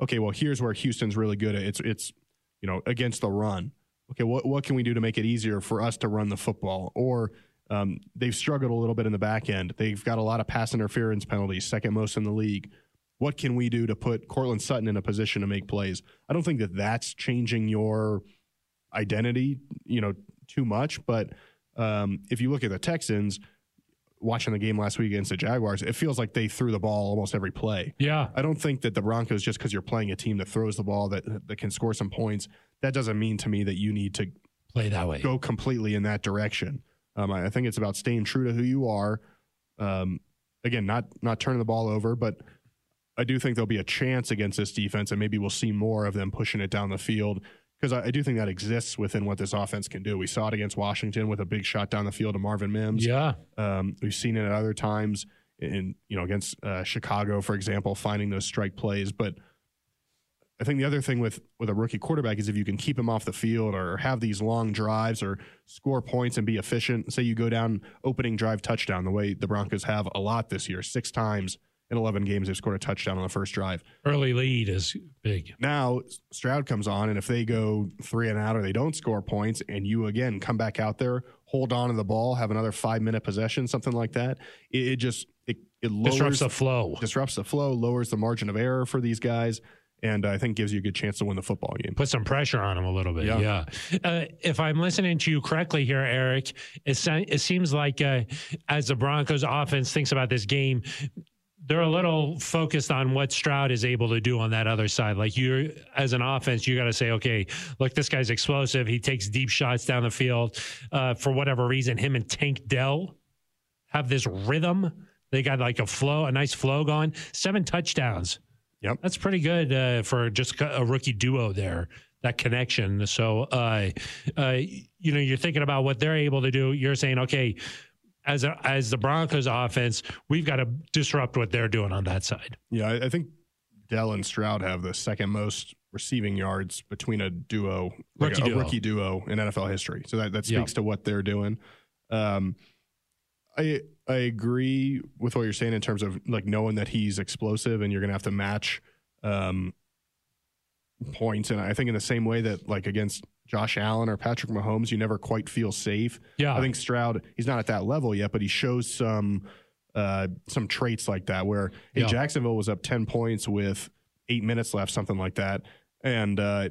Speaker 2: okay, well, here's where Houston's really good at. It's, it's you know, against the run. Okay, what, what can we do to make it easier for us to run the football? Or um, they've struggled a little bit in the back end. They've got a lot of pass interference penalties, second most in the league. what can we do to put Cortland Sutton in a position to make plays? I don't think that that's changing your identity, you know, too much. But um, if you look at the Texans watching the game last week against the Jaguars, it feels like they threw the ball almost every play.
Speaker 1: Yeah.
Speaker 2: I don't think that the Broncos just because you're playing a team that throws the ball that that can score some points, that doesn't mean to me that you need to
Speaker 1: Play that way.
Speaker 2: go completely in that direction. Um, I, I think it's about staying true to who you are. Um, again, not not turning the ball over, but I do think there'll be a chance against this defense, and maybe we'll see more of them pushing it down the field because I, I do think that exists within what this offense can do. We saw it against Washington with a big shot down the field to Marvin Mims.
Speaker 1: Yeah.
Speaker 2: Um, we've seen it at other times in you know against uh, Chicago, for example, finding those strike plays. But I think the other thing with with a rookie quarterback is if you can keep him off the field or have these long drives or score points and be efficient. Say you go down opening drive touchdown the way the Broncos have a lot this year, six times in eleven games they've scored a touchdown on the first drive.
Speaker 1: Early lead is big.
Speaker 2: Now Stroud comes on, and if they go three and out or they don't score points, and you again come back out there, hold on to the ball, have another five minute possession, something like that, it, it just it it lowers
Speaker 1: Disrupts the flow.
Speaker 2: disrupts the flow, lowers the margin of error for these guys, and I think gives you a good chance to win the football game.
Speaker 1: Put some pressure on him a little bit. Yeah.
Speaker 2: Yeah.
Speaker 1: Uh, if I'm listening to you correctly here, Eric, it, se- it seems like uh, as the Broncos offense thinks about this game, they're a little focused on what Stroud is able to do on that other side. Like you, as an offense, you got to say, okay, look, this guy's explosive. He takes deep shots down the field. Uh, for whatever reason, him and Tank Dell have this rhythm. They got like a flow, a nice flow going. Seven touchdowns.
Speaker 2: Yep.
Speaker 1: that's pretty good uh, for just a rookie duo there. That connection. So, uh, uh, you know, you're thinking about what they're able to do. You're saying, okay, as a, as the Broncos offense, we've got to disrupt what they're doing on that side.
Speaker 2: Yeah, I, I think Dell and Stroud have the second most receiving yards between a duo, like
Speaker 1: Rookie
Speaker 2: a, a
Speaker 1: duo.
Speaker 2: rookie duo in NFL history. So that, that
Speaker 1: Yeah.
Speaker 2: speaks to what they're doing. Um, I I agree with what you're saying in terms of like knowing that he's explosive and you're gonna have to match um, points. And I think in the same way that like against Josh Allen or Patrick Mahomes, you never quite feel safe.
Speaker 1: Yeah,
Speaker 2: I think Stroud, he's not at that level yet, but he shows some uh, some traits like that. Where hey,
Speaker 1: Yeah.
Speaker 2: Jacksonville was up ten points with eight minutes left, something like that, and uh,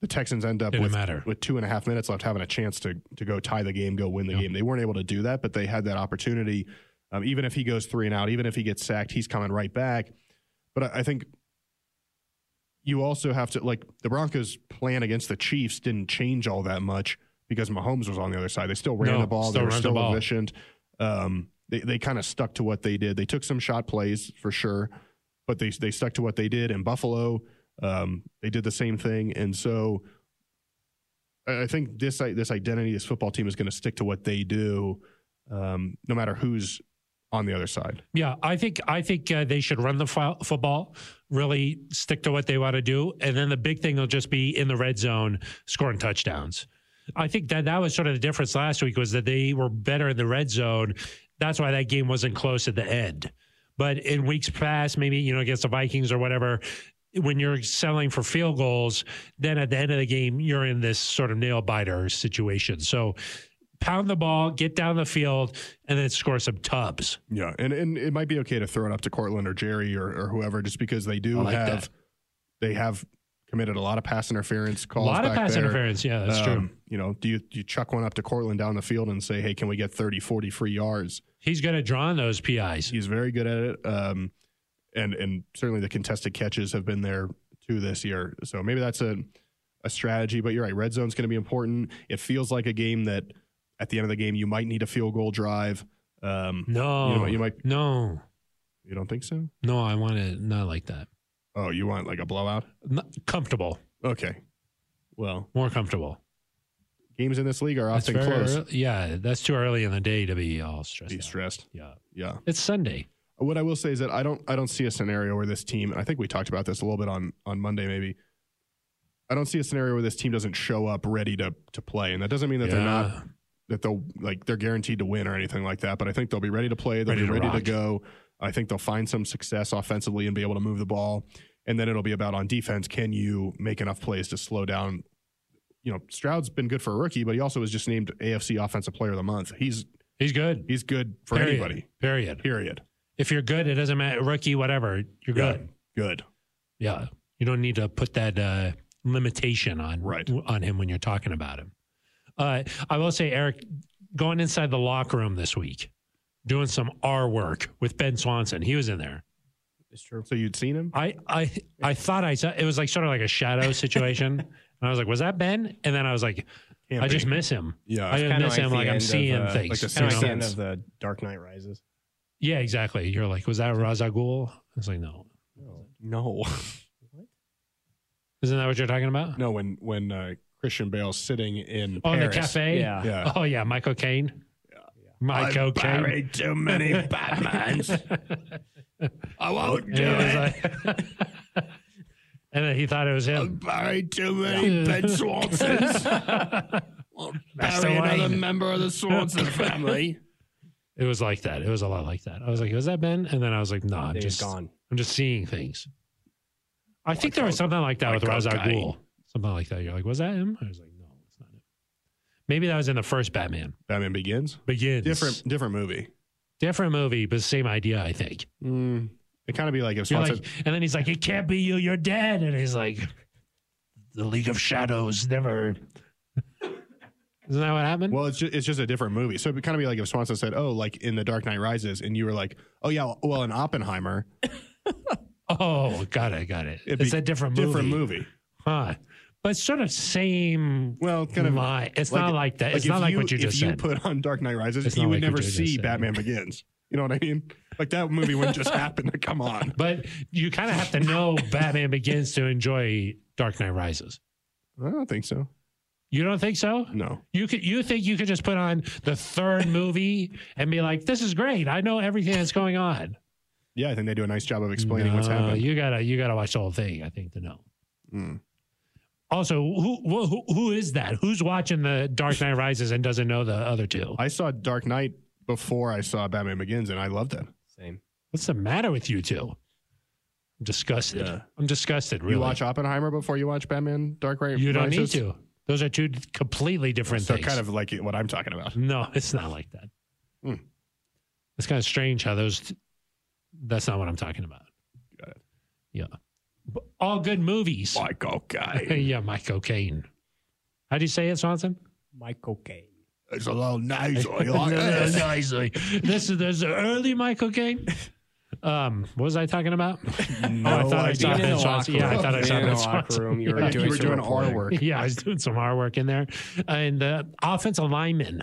Speaker 2: the Texans end up
Speaker 1: Didn't
Speaker 2: with
Speaker 1: matter.
Speaker 2: with two and a half minutes left, having a chance to to go tie the game, go win the
Speaker 1: Yeah.
Speaker 2: game. They weren't able to do that, but they had that opportunity. Um, even if he goes three and out, even if he gets sacked, he's coming right back. But I, I think you also have to like the Broncos' plan against the Chiefs didn't change all that much because Mahomes was on the other side. They still ran
Speaker 1: No,
Speaker 2: the ball.
Speaker 1: still
Speaker 2: they were
Speaker 1: runs the
Speaker 2: still
Speaker 1: ball.
Speaker 2: efficient. Um, they they kind of stuck to what they did. They took some shot plays for sure, but they they stuck to what they did. And Buffalo, um, they did the same thing. And so I I think this i- this identity, this football team is going to stick to what they do, um, no matter who's on the other side.
Speaker 1: yeah. I think I think uh, they should run the fo- football, really stick to what they want to do, and then the big thing will just be in the red zone scoring touchdowns. I think that that was sort of the difference last week was that they were better in the red zone. That's why that game wasn't close at the end. But in weeks past, maybe you know against the Vikings or whatever, when you're selling for field goals, then at the end of the game you're in this sort of nail biter situation. So pound the ball, get down the field, and then score some tubs.
Speaker 2: Yeah, and and it might be okay to throw it up to Cortland or Jerry or, or whoever, just because they do
Speaker 1: I like
Speaker 2: have
Speaker 1: that.
Speaker 2: they have committed a lot of pass interference
Speaker 1: A
Speaker 2: calls.
Speaker 1: lot of
Speaker 2: back
Speaker 1: pass
Speaker 2: there.
Speaker 1: interference. Yeah, that's true.
Speaker 2: Um, You know, do you, do you chuck one up to Cortland down the field and say, "Hey, can we get 30, 40 free yards?"
Speaker 1: He's going to draw on those PIs.
Speaker 2: He's very good at it, um, and and certainly the contested catches have been there too this year. So maybe that's a a strategy. But you're right, red zone's going to be important. It feels like a game that at the end of the game you might need a field goal drive. Um,
Speaker 1: No,
Speaker 2: You know, you might-
Speaker 1: no,
Speaker 2: You don't think so?
Speaker 1: no. I want to not like that.
Speaker 2: Oh, you want like a blowout?
Speaker 1: Not comfortable,
Speaker 2: Okay. Well,
Speaker 1: more comfortable.
Speaker 2: games in this league are often
Speaker 1: very
Speaker 2: close.
Speaker 1: early- yeah, that's too early in the day to be all stressed.
Speaker 2: Be
Speaker 1: out.
Speaker 2: stressed.
Speaker 1: Yeah,
Speaker 2: Yeah.
Speaker 1: it's Sunday.
Speaker 2: What I will say is that I don't I don't see a scenario where this team and I think we talked about this a little bit on on Monday maybe. I don't see a scenario where this team doesn't show up ready to to play. And that doesn't mean that they're
Speaker 1: Yeah.
Speaker 2: not that they'll like they're guaranteed to win or anything like that, but I think they'll be ready to play, they'll
Speaker 1: Ready
Speaker 2: be
Speaker 1: to
Speaker 2: ready to
Speaker 1: rock.
Speaker 2: go. I think they'll find some success offensively and be able to move the ball. And then it'll be about on defense, can you make enough plays to slow down you know, Stroud's been good for a rookie, but he also was just named AFC Offensive Player of the Month. He's
Speaker 1: He's good.
Speaker 2: he's good for
Speaker 1: Period.
Speaker 2: anybody.
Speaker 1: Period.
Speaker 2: Period.
Speaker 1: If you're good, it doesn't matter. Rookie, whatever, you're
Speaker 2: Yeah.
Speaker 1: good.
Speaker 2: Good.
Speaker 1: Yeah, you don't need to put that uh, limitation on
Speaker 2: Right.
Speaker 1: on him when you're talking about him. Uh, I will say, Eric, going inside the locker room this week, doing some R work with Ben Swanson. He was in there.
Speaker 3: It's true.
Speaker 2: So you'd seen him?
Speaker 1: I I I thought I saw it was like sort of like a
Speaker 3: <laughs>
Speaker 1: shadow situation, and I was like, was that Ben? And then I was like,
Speaker 2: Can't
Speaker 1: I just
Speaker 2: be.
Speaker 1: miss him.
Speaker 2: Yeah.
Speaker 1: I just
Speaker 3: kinda
Speaker 1: miss
Speaker 3: like
Speaker 1: him.
Speaker 3: the
Speaker 1: Like I'm
Speaker 3: end of,
Speaker 1: seeing
Speaker 3: uh,
Speaker 1: things.
Speaker 2: like the
Speaker 1: you
Speaker 3: Kind
Speaker 1: know?
Speaker 3: of
Speaker 2: Sixth
Speaker 3: like the end
Speaker 2: Sense.
Speaker 3: of the Dark Knight Rises.
Speaker 1: Yeah, exactly. You're like, was that Razagul? I was like, no.
Speaker 3: Oh,
Speaker 2: no. <laughs>
Speaker 1: Isn't that what you're talking about?
Speaker 2: No, when when uh, Christian Bale's sitting in
Speaker 1: Oh, in the
Speaker 2: Paris.
Speaker 1: cafe.
Speaker 3: Yeah.
Speaker 2: Yeah.
Speaker 1: Oh yeah, Michael Caine. Michael
Speaker 2: I've
Speaker 1: Caine.
Speaker 2: buried too
Speaker 1: <laughs>
Speaker 2: many Batmans. I won't
Speaker 1: And, he was like- <laughs> and then he thought it was him.
Speaker 2: buried too
Speaker 1: Yeah.
Speaker 2: Swansons. I'll
Speaker 1: That's the Wayne.
Speaker 2: member of
Speaker 1: <laughs>
Speaker 2: the Swanson family.
Speaker 1: <laughs> It was like that. It was a lot like that. I was like, was that Ben? And then I was like, no, I'm
Speaker 3: They've
Speaker 1: just
Speaker 3: gone.
Speaker 1: I'm just seeing things. I think there was something like that with
Speaker 2: Michael
Speaker 1: Ra's al
Speaker 2: Caine.
Speaker 1: Ghul. Something like that. You're like, was that him? I was like, no, it's not him. Maybe that was in the first Batman
Speaker 2: Batman Begins.
Speaker 1: Begins.
Speaker 2: Different different movie.
Speaker 1: different movie, but same idea, I think.
Speaker 2: Mm. It kind of be like if
Speaker 1: You're
Speaker 2: Swanson.
Speaker 1: like, and then he's like, "It can't be you. You're dead." And he's like, "The League of Shadows never." <laughs> Isn't that what happened?
Speaker 2: well, it's just, it's just a different movie. So it'd kind of be like if Swanson said, "Oh, like in The Dark Knight Rises," and you were like, "Oh yeah, well in Oppenheimer,
Speaker 1: oh, got it, got it.
Speaker 2: It'd
Speaker 1: It's
Speaker 2: be
Speaker 1: a different movie,
Speaker 2: different movie."
Speaker 1: huh? But sort of same
Speaker 2: Well, kind of
Speaker 1: line. It's
Speaker 2: like-
Speaker 1: not like that. it's
Speaker 2: if
Speaker 1: not like what you
Speaker 2: if
Speaker 1: just
Speaker 2: you
Speaker 1: said.
Speaker 2: put on Dark Knight Rises,
Speaker 1: It's
Speaker 2: you
Speaker 1: not
Speaker 2: would
Speaker 1: like what you
Speaker 2: never
Speaker 1: just
Speaker 2: see
Speaker 1: said.
Speaker 2: Batman Begins. You know what I mean? Like that movie
Speaker 1: <laughs>
Speaker 2: wouldn't just happen to come on.
Speaker 1: but you kind of have to
Speaker 2: <laughs>
Speaker 1: know Batman Begins to enjoy Dark Knight Rises.
Speaker 2: I don't think so.
Speaker 1: You don't think so?
Speaker 2: No.
Speaker 1: You could you think you could just put on the third movie and be like, "This is great. I know everything that's going on."
Speaker 2: Yeah, I think they do a nice job of explaining what's
Speaker 1: No,
Speaker 2: happened.
Speaker 1: You gotta you gotta watch the whole thing, I think, to know.
Speaker 2: Mm.
Speaker 1: Also, who who who is that? Who's watching the Dark Knight Rises and doesn't know the other two?
Speaker 2: I saw Dark Knight before I saw Batman Begins, and I loved it.
Speaker 3: Same.
Speaker 1: What's the matter with you two? I'm disgusted.
Speaker 2: Yeah.
Speaker 1: I'm disgusted. Really,
Speaker 2: You watch Oppenheimer before you watch Batman Dark Knight.
Speaker 1: You don't need
Speaker 2: Rises?
Speaker 1: to. Those are two completely different
Speaker 2: So
Speaker 1: things.
Speaker 2: kind of like what I'm
Speaker 1: <laughs>
Speaker 2: talking about.
Speaker 1: no, it's not like that.
Speaker 2: Hmm.
Speaker 1: It's kind of strange how those. t- that's not what I'm talking about.
Speaker 2: Got it.
Speaker 1: Yeah, but all good movies.
Speaker 2: Like okay,
Speaker 1: yeah, Michael Caine. How do you say it, Swanson?
Speaker 3: Michael Caine.
Speaker 2: <laughs> it's a little
Speaker 1: <laughs>
Speaker 2: nasally.
Speaker 1: No, Oh, no, no, he's like, this is there's an early Michael
Speaker 2: <laughs>
Speaker 1: Caine. Um, what was I talking about?
Speaker 2: No
Speaker 1: oh, I thought I
Speaker 2: idea.
Speaker 1: saw
Speaker 3: Being in
Speaker 1: Ben
Speaker 3: the locker
Speaker 1: Swanson. Yeah, I
Speaker 3: room.
Speaker 1: thought I
Speaker 3: Being
Speaker 1: saw
Speaker 3: in
Speaker 1: Ben
Speaker 3: the locker
Speaker 1: Swanson.
Speaker 3: room, <laughs> you were
Speaker 2: Yeah,
Speaker 1: yeah.
Speaker 3: doing-
Speaker 2: you were
Speaker 3: some
Speaker 2: doing R
Speaker 3: reporting.
Speaker 2: work.
Speaker 3: <laughs>
Speaker 1: <laughs> Yeah, I was doing some hard work in there. And the offensive lineman,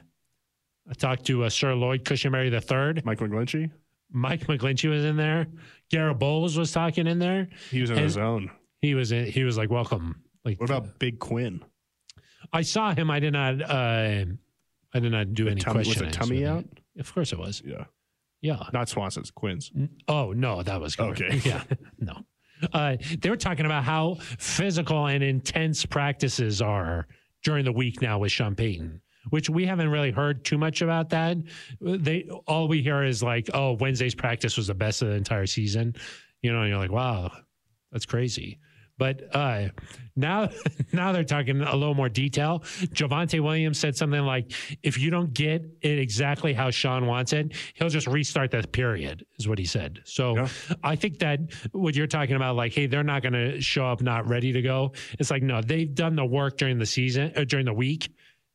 Speaker 1: I talked to uh, Sir Lloyd Cushenberry III.
Speaker 2: Mike McGlinchey,
Speaker 1: Mike McGlinchey was in there. Garrett Bowles was talking in there.
Speaker 2: he was in
Speaker 1: And-
Speaker 2: his own.
Speaker 1: He was in, he was like, welcome. Like,
Speaker 2: What about Big Quinn?
Speaker 1: I saw him. I did not. Uh, I did not do
Speaker 2: The
Speaker 1: any
Speaker 2: tum- was
Speaker 1: questions.
Speaker 2: the tummy
Speaker 1: with him.
Speaker 2: out?
Speaker 1: Of course it was.
Speaker 2: Yeah,
Speaker 1: Yeah.
Speaker 2: not Swanson's. Quinn's.
Speaker 1: N- Oh no, that was correct.
Speaker 2: Okay.
Speaker 1: <laughs> Yeah, no. Uh, they were talking about how physical and intense practices are during the week now with Sean Payton, which we haven't really heard too much about that. They all we hear is like, "Oh, Wednesday's practice was the best of the entire season," you know, and you're like, "Wow, that's crazy." But uh, now, <laughs> now they're talking a little more detail. Javante Williams said something like, "If you don't get it exactly how Sean wants it, he'll just restart that period," is what he said. So
Speaker 2: Yeah.
Speaker 1: I think that what you're talking about, like, hey, they're not going to show up not ready to go. It's like no, they've done the work during the season or during the week.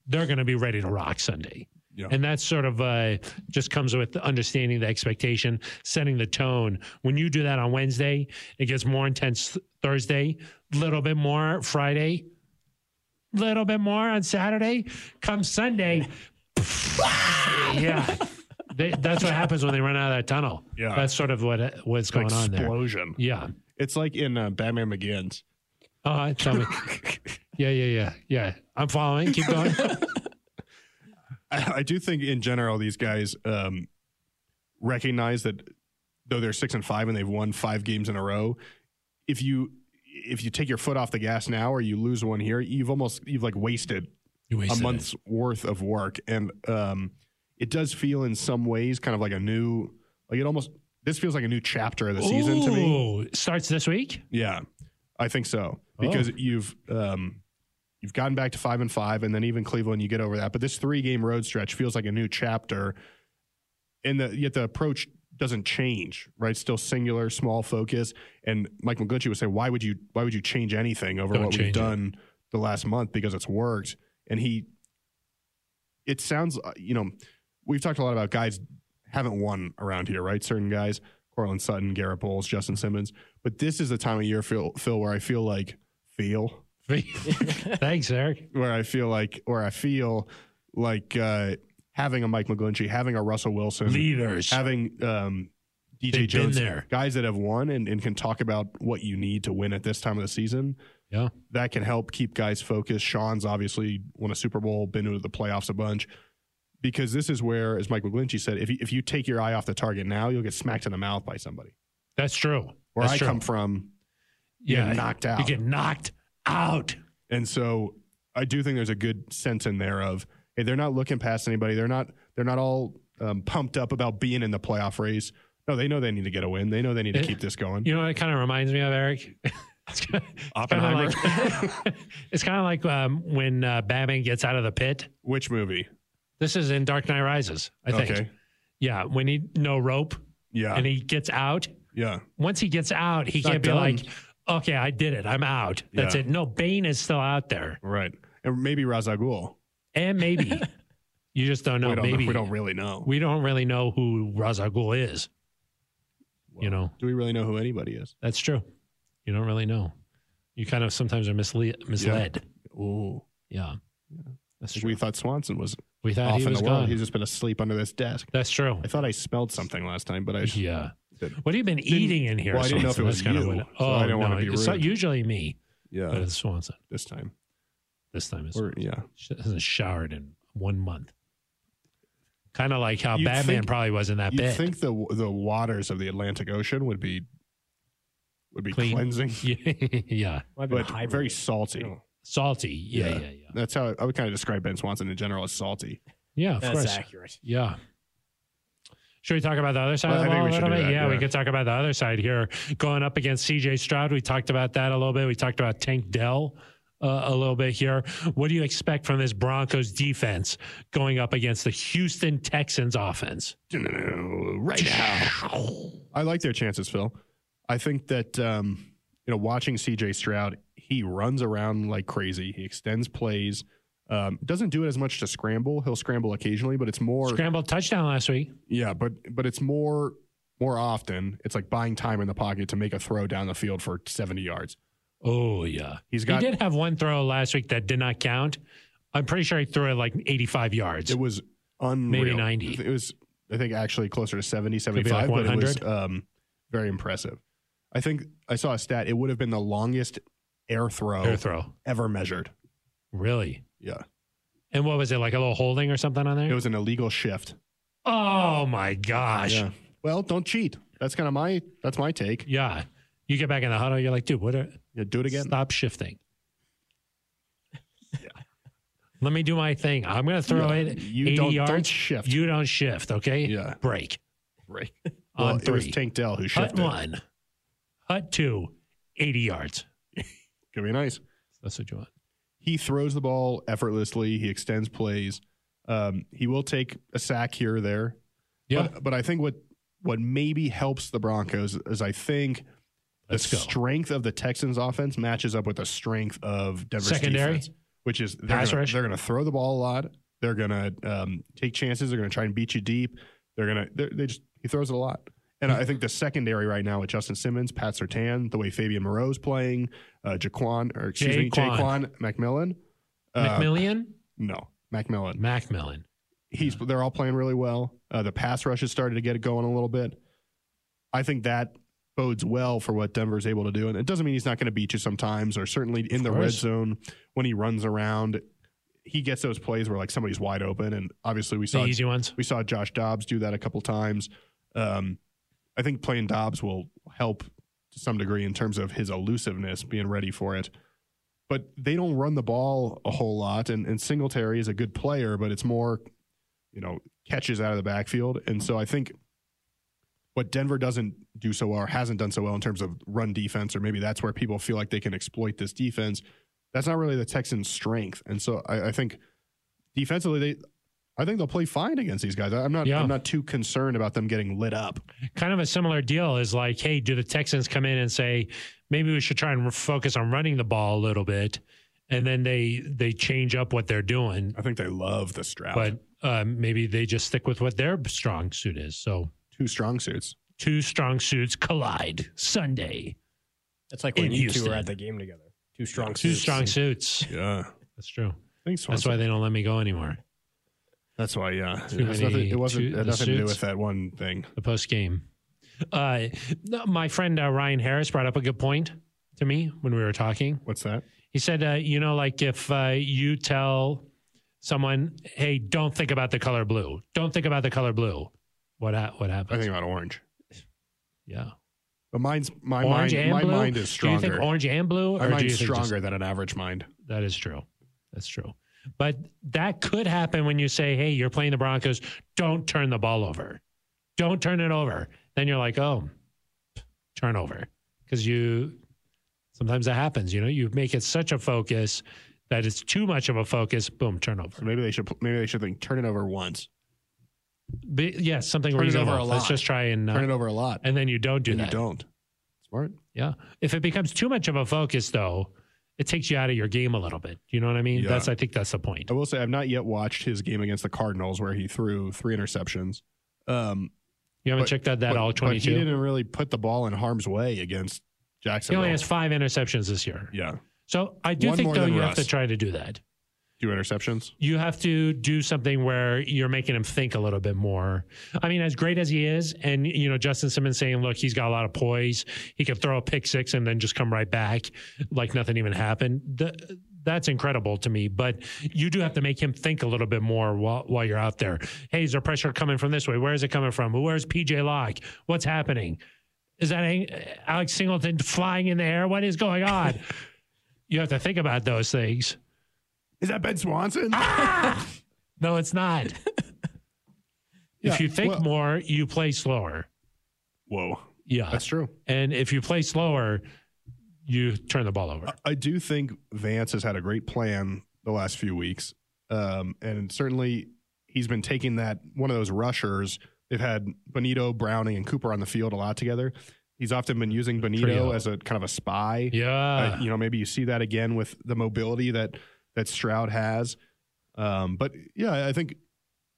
Speaker 1: They're going to be ready to rock Sunday.
Speaker 2: Yeah.
Speaker 1: And that's sort of uh, just comes with understanding the expectation, setting the tone. When you do that on Wednesday, it gets more intense th- Thursday, little bit more Friday, little bit more on Saturday. Come
Speaker 2: <laughs>
Speaker 1: Sunday, yeah, they, that's what happens when they run out of that tunnel.
Speaker 2: Yeah.
Speaker 1: that's sort of what what's going
Speaker 2: like
Speaker 1: on there.
Speaker 2: explosion.
Speaker 1: Yeah.
Speaker 2: It's like in uh, Batman Begins. <laughs>
Speaker 1: Uh, tell me. yeah, yeah, yeah, yeah. I'm following. Keep
Speaker 2: <laughs>
Speaker 1: going.
Speaker 2: I, I do think in general these guys um, recognize that though they're six and five and they've won five games in a row, if you if you take your foot off the gas now or you lose one here, you've almost you've like wasted
Speaker 1: You wasted
Speaker 2: a
Speaker 1: it.
Speaker 2: month's worth of work, and um, it does feel in some ways kind of like a new like it almost this feels like a new chapter of the season to me.
Speaker 1: Ooh, starts this week. <laughs>
Speaker 2: Yeah, I think so
Speaker 1: Oh.
Speaker 2: because you've um, you've gotten back to five and five, and then even Cleveland, you get over that. But this three game road stretch feels like a new chapter, and the, yet the approach doesn't change, right? Still singular, small focus. And Mike McGlinchey would say, why would you why would you change anything over
Speaker 1: Don't
Speaker 2: what we've
Speaker 1: change it.
Speaker 2: done the last month because it's worked? And he, it sounds uh, you know, we've talked a lot about guys haven't won around here, right? Certain guys, Cortland Sutton, Garrett Bowles, Justin Simmons. But this is the time of year, Phil, Phil where I feel like feel
Speaker 1: Thanks, Eric.
Speaker 2: where I feel like where I feel like uh, having a Mike McGlinchey, having a Russell Wilson,
Speaker 1: Leaders.
Speaker 2: having um,
Speaker 1: They've
Speaker 2: DJ
Speaker 1: been
Speaker 2: Jones,
Speaker 1: there.
Speaker 2: guys that have won and, and can talk about what you need to win at this time of the season.
Speaker 1: Yeah.
Speaker 2: That can help keep guys focused. Sean's obviously won a Super Bowl, been to the playoffs a bunch. Because this is where, as Mike McGlinchey said, if you, if you take your eye off the target now, you'll get smacked in the mouth by somebody.
Speaker 1: That's true.
Speaker 2: Where
Speaker 1: That's
Speaker 2: I
Speaker 1: true.
Speaker 2: come from, you
Speaker 1: yeah,
Speaker 2: get knocked out.
Speaker 1: you get knocked out.
Speaker 2: And so I do think there's a good sense in there of hey, they're not looking past anybody. They're not they're not all um, pumped up about being in the playoff race. No, they know they need to get a win. They know they need to
Speaker 1: Yeah.
Speaker 2: keep this going.
Speaker 1: You know what it kind of reminds me of, Eric? <laughs> it's kind of
Speaker 2: Oppenheimer.
Speaker 1: like, <laughs> it's kind of like um, when uh, Batman gets out of the pit.
Speaker 2: Which movie?
Speaker 1: This is in Dark Knight Rises, I think.
Speaker 2: Okay. Ah.
Speaker 1: Yeah, when he no rope
Speaker 2: Yeah.
Speaker 1: and he gets out.
Speaker 2: yeah.
Speaker 1: Once he gets out, he
Speaker 2: not
Speaker 1: can't be
Speaker 2: done.
Speaker 1: like, "Okay, I did it. I'm out. That's
Speaker 2: Yeah.
Speaker 1: it." No, Bane is still out there,
Speaker 2: Right. And maybe Razagul.
Speaker 1: and
Speaker 2: <laughs>
Speaker 1: maybe you just don't know.
Speaker 2: we don't
Speaker 1: maybe
Speaker 2: know. we don't really know.
Speaker 1: we don't really know who Razagul is. you know.
Speaker 2: Do we really know who anybody is?
Speaker 1: That's true. You don't really know. You kind of sometimes are misle- misled.
Speaker 2: Ooh.
Speaker 1: Yeah. That's true.
Speaker 2: We
Speaker 1: We,
Speaker 2: thought Swanson was
Speaker 1: thought
Speaker 2: off
Speaker 1: he
Speaker 2: in
Speaker 1: was
Speaker 2: the world.
Speaker 1: gone.
Speaker 2: He's just been asleep under this desk.
Speaker 1: That's true.
Speaker 2: I thought I smelled something last time, but I
Speaker 1: <laughs> Yeah.
Speaker 2: Didn't-
Speaker 1: What have you been eating in here?
Speaker 2: well, I didn't know if it
Speaker 1: Swanson?
Speaker 2: was
Speaker 1: That's kind
Speaker 2: you,
Speaker 1: of what,
Speaker 2: so
Speaker 1: oh,
Speaker 2: I didn't
Speaker 1: no,
Speaker 2: wanna be
Speaker 1: it's not
Speaker 2: rude. Uh,
Speaker 1: usually me, but
Speaker 2: yeah
Speaker 1: it's Swanson.
Speaker 2: this time.
Speaker 1: This time it's
Speaker 2: Or yeah.
Speaker 1: she hasn't showered in one month. Kind of like how
Speaker 2: You'd
Speaker 1: Batman
Speaker 2: think-
Speaker 1: probably was in that
Speaker 2: You'd
Speaker 1: bed.
Speaker 2: think the the waters of the Atlantic Ocean would be would be
Speaker 1: Clean.
Speaker 2: cleansing,
Speaker 1: <laughs> yeah.
Speaker 3: I've been
Speaker 2: but
Speaker 3: hyper-
Speaker 2: very salty.
Speaker 3: Oh.
Speaker 1: Salty. Yeah,
Speaker 2: Yeah.
Speaker 1: yeah, yeah. Yeah,
Speaker 2: That's how I, would kind of describe Ben Swanson in general as salty.
Speaker 1: of
Speaker 3: That's
Speaker 1: course.
Speaker 3: accurate.
Speaker 1: Yeah. Should we talk about the other side
Speaker 2: Well,
Speaker 1: of
Speaker 2: I
Speaker 1: the
Speaker 2: think
Speaker 1: ball
Speaker 2: we
Speaker 1: a
Speaker 2: should
Speaker 1: little
Speaker 2: do
Speaker 1: bit?
Speaker 2: that,
Speaker 1: yeah, we
Speaker 2: yeah.
Speaker 1: could talk about the other side here. Going up against CJ Stroud, we talked about that a little bit. We talked about Tank Dell uh, a little bit here. What do you expect from this Broncos defense going up against the Houston Texans offense?
Speaker 2: Right <laughs> I like their chances, Phil. I think that um, you know, watching C.J. Stroud, he runs around like crazy. He extends plays. Um, doesn't do it as much to scramble. He'll scramble occasionally, but it's
Speaker 1: <laughs>
Speaker 2: more
Speaker 1: Scrambled touchdown last week.
Speaker 2: Yeah, but but it's more more often. It's like buying time in the pocket to make a throw down the field for seventy yards.
Speaker 1: Oh yeah,
Speaker 2: He's got
Speaker 1: he did have one throw last week that did not count. I'm pretty sure he threw it like 85 yards.
Speaker 2: It was unreal.
Speaker 1: 90.
Speaker 2: It was, I think, actually closer to 70,
Speaker 1: be like
Speaker 2: 75, but it was
Speaker 1: 100.
Speaker 2: um, very impressive. I think I saw a stat. It would have been the longest air throw
Speaker 1: Air throw,
Speaker 2: ever measured.
Speaker 1: really.
Speaker 2: Yeah.
Speaker 1: And what was it like a little holding or something on there?
Speaker 2: It was an illegal shift.
Speaker 1: oh my gosh.
Speaker 2: Yeah. Well, don't cheat. That's kind of my that's my take.
Speaker 1: Yeah. You get back in the huddle, you're like, dude, what are,
Speaker 2: Yeah, do it again.
Speaker 1: stop shifting. <laughs> Let me do my thing. I'm going to throw
Speaker 2: Yeah.
Speaker 1: it
Speaker 2: You
Speaker 1: 80
Speaker 2: don't,
Speaker 1: yards.
Speaker 2: don't shift.
Speaker 1: You don't shift, okay?
Speaker 2: Yeah.
Speaker 1: Break
Speaker 2: right.
Speaker 1: on
Speaker 2: Well, it was
Speaker 1: three.
Speaker 2: Tank Dell who
Speaker 1: Hut
Speaker 2: shifted.
Speaker 1: one, hut two, 80 yards.
Speaker 2: Could be nice.
Speaker 1: That's what you want.
Speaker 2: he throws the ball effortlessly. He extends plays. Um, he will take a sack here or there.
Speaker 1: Yeah.
Speaker 2: But, but I think what what maybe helps the Broncos is I think
Speaker 1: Let's
Speaker 2: the
Speaker 1: go.
Speaker 2: strength of the Texans offense matches up with the strength of Denver's
Speaker 1: Secondary?
Speaker 2: defense, which is they're
Speaker 1: Pass
Speaker 2: gonna,
Speaker 1: rush?
Speaker 2: they're gonna throw the ball a lot. They're gonna um, take chances. They're gonna try and beat you deep. They're gonna they're, they just he throws it a lot. And I think the secondary right now with Justin Simmons, Pat Sertan, the way Fabian Moreau's playing, uh, Jaquan or excuse me,
Speaker 1: Jaquan.
Speaker 2: Jaquan McMillan, uh,
Speaker 1: McMillian?
Speaker 2: no, Macmillan.
Speaker 1: Macmillan.
Speaker 2: He's they're all playing really well. Uh, the pass rush has started to get it going a little bit. I think that bodes well for what Denver's able to do, and it doesn't mean he's not going to beat you sometimes, or certainly in the red
Speaker 1: course.
Speaker 2: zone when he runs around, he gets those plays where like somebody's wide open, and obviously we
Speaker 1: The
Speaker 2: saw
Speaker 1: easy ones.
Speaker 2: we saw Josh Dobbs do that a couple times. Um, I think playing Dobbs will help to some degree in terms of his elusiveness, being ready for it. But they don't run the ball a whole lot, and, and Singletary is a good player, but it's more, you know, catches out of the backfield. And so I think what Denver doesn't do so well or hasn't done so well in terms of run defense, or maybe that's where people feel like they can exploit this defense. That's not really the Texans' strength. And so I, I think defensively, they I think they'll play fine against these guys. I- I'm not.
Speaker 1: Yeah.
Speaker 2: I'm not too concerned about them getting lit up.
Speaker 1: Kind of a similar deal is like, hey, do the Texans come in and say maybe we should try and focus on running the ball a little bit, and then they they change up what they're doing,
Speaker 2: I think they love the Stroud.
Speaker 1: but uh, maybe they just stick with what their strong suit is. So
Speaker 2: two strong suits.
Speaker 1: two strong suits collide Sunday.
Speaker 3: That's like
Speaker 1: In
Speaker 3: when you two
Speaker 1: Houston.
Speaker 3: were at the game together. Two strong
Speaker 1: Two
Speaker 3: suits.
Speaker 1: strong suits.
Speaker 2: Yeah,
Speaker 1: That's true.
Speaker 2: thanks.
Speaker 1: That's why they don't let me go anymore.
Speaker 2: That's why. Yeah,
Speaker 1: Too
Speaker 2: It was
Speaker 1: many-
Speaker 2: nothing- it wasn't
Speaker 1: too-
Speaker 2: had
Speaker 1: the
Speaker 2: nothing to do
Speaker 1: suits.
Speaker 2: with that one thing.
Speaker 1: the post game. Uh, no, my friend uh, Ryan Harris brought up a good point to me when we were talking.
Speaker 2: What's that?
Speaker 1: He said, uh, you know, like if uh, you tell someone, "Hey, don't think about the color blue. Don't think about the color blue." What ha- what
Speaker 2: I
Speaker 1: happens?
Speaker 2: think about orange.
Speaker 1: yeah,
Speaker 2: But mine's my
Speaker 1: orange
Speaker 2: mind.
Speaker 1: and
Speaker 2: My
Speaker 1: blue.
Speaker 2: mind is stronger.
Speaker 1: Do you think orange and blue? or
Speaker 2: my
Speaker 1: do you
Speaker 2: mind's
Speaker 1: think just-
Speaker 2: stronger than an average mind.
Speaker 1: that is true. That's true. But that could happen when you say, "Hey, you're playing the Broncos. Don't turn the ball over. Don't turn it over." Then you're like, "Oh, turnover," because you sometimes that happens. You know, you make it such a focus that it's too much of a focus. Boom,
Speaker 2: So
Speaker 1: turnover.
Speaker 2: maybe they should. Maybe they should think turn it over once.
Speaker 1: But yes, something
Speaker 2: Turn it
Speaker 1: reasonable.
Speaker 2: over a
Speaker 1: Let's
Speaker 2: lot.
Speaker 1: just try and
Speaker 2: Turn
Speaker 1: uh,
Speaker 2: it over a lot.
Speaker 1: and then you don't do
Speaker 2: and
Speaker 1: that.
Speaker 2: you don't. Smart.
Speaker 1: Yeah. If it becomes too much of a focus, though, it takes you out of your game a little bit. You know what I mean?
Speaker 2: Yeah.
Speaker 1: That's I think that's the point.
Speaker 2: I will say I've not yet watched his game against the Cardinals where he threw three interceptions. Um,
Speaker 1: You haven't
Speaker 2: But-
Speaker 1: checked out that
Speaker 2: but,
Speaker 1: all
Speaker 2: but
Speaker 1: twenty two.
Speaker 2: he didn't really put the ball in harm's way against
Speaker 1: He
Speaker 2: Jacksonville.
Speaker 1: only has five interceptions this year.
Speaker 2: yeah,
Speaker 1: So I do
Speaker 2: One
Speaker 1: think
Speaker 2: more
Speaker 1: though
Speaker 2: than
Speaker 1: you have
Speaker 2: Russ.
Speaker 1: to try to do that.
Speaker 2: two interceptions.
Speaker 1: You have to do something where you're making him think a little bit more. I mean, as great as he is, and you know Justin Simmons saying, "Look, he's got a lot of poise. He can throw a pick six and then just come right back like nothing even happened." Th- that's incredible to me. But you do have to make him think a little bit more while while you're out there. Hey, is there pressure coming from this way? Where is it coming from? Where's PJ Locke? What's happening? Is that a- Alex Singleton flying in the air? What is going on? you have to think about those things.
Speaker 2: Is that Ben Swanson?
Speaker 1: No, it's
Speaker 2: <laughs>
Speaker 1: not.
Speaker 2: Yeah,
Speaker 1: if you think
Speaker 2: well-
Speaker 1: more, you play slower.
Speaker 2: Whoa,
Speaker 1: Yeah.
Speaker 2: that's true.
Speaker 1: and if you play slower, you turn the ball over.
Speaker 2: I- I do think Vance has had a great plan the last few weeks, um, and certainly he's been taking that one of those rushers. They've had Benito, Browning, and Cooper on the field a lot together. He's often been using Benito
Speaker 1: Trio.
Speaker 2: as a kind of a spy.
Speaker 1: Yeah.
Speaker 2: Uh, you know, maybe you see that again with the mobility that that Stroud has. Um, but yeah, I think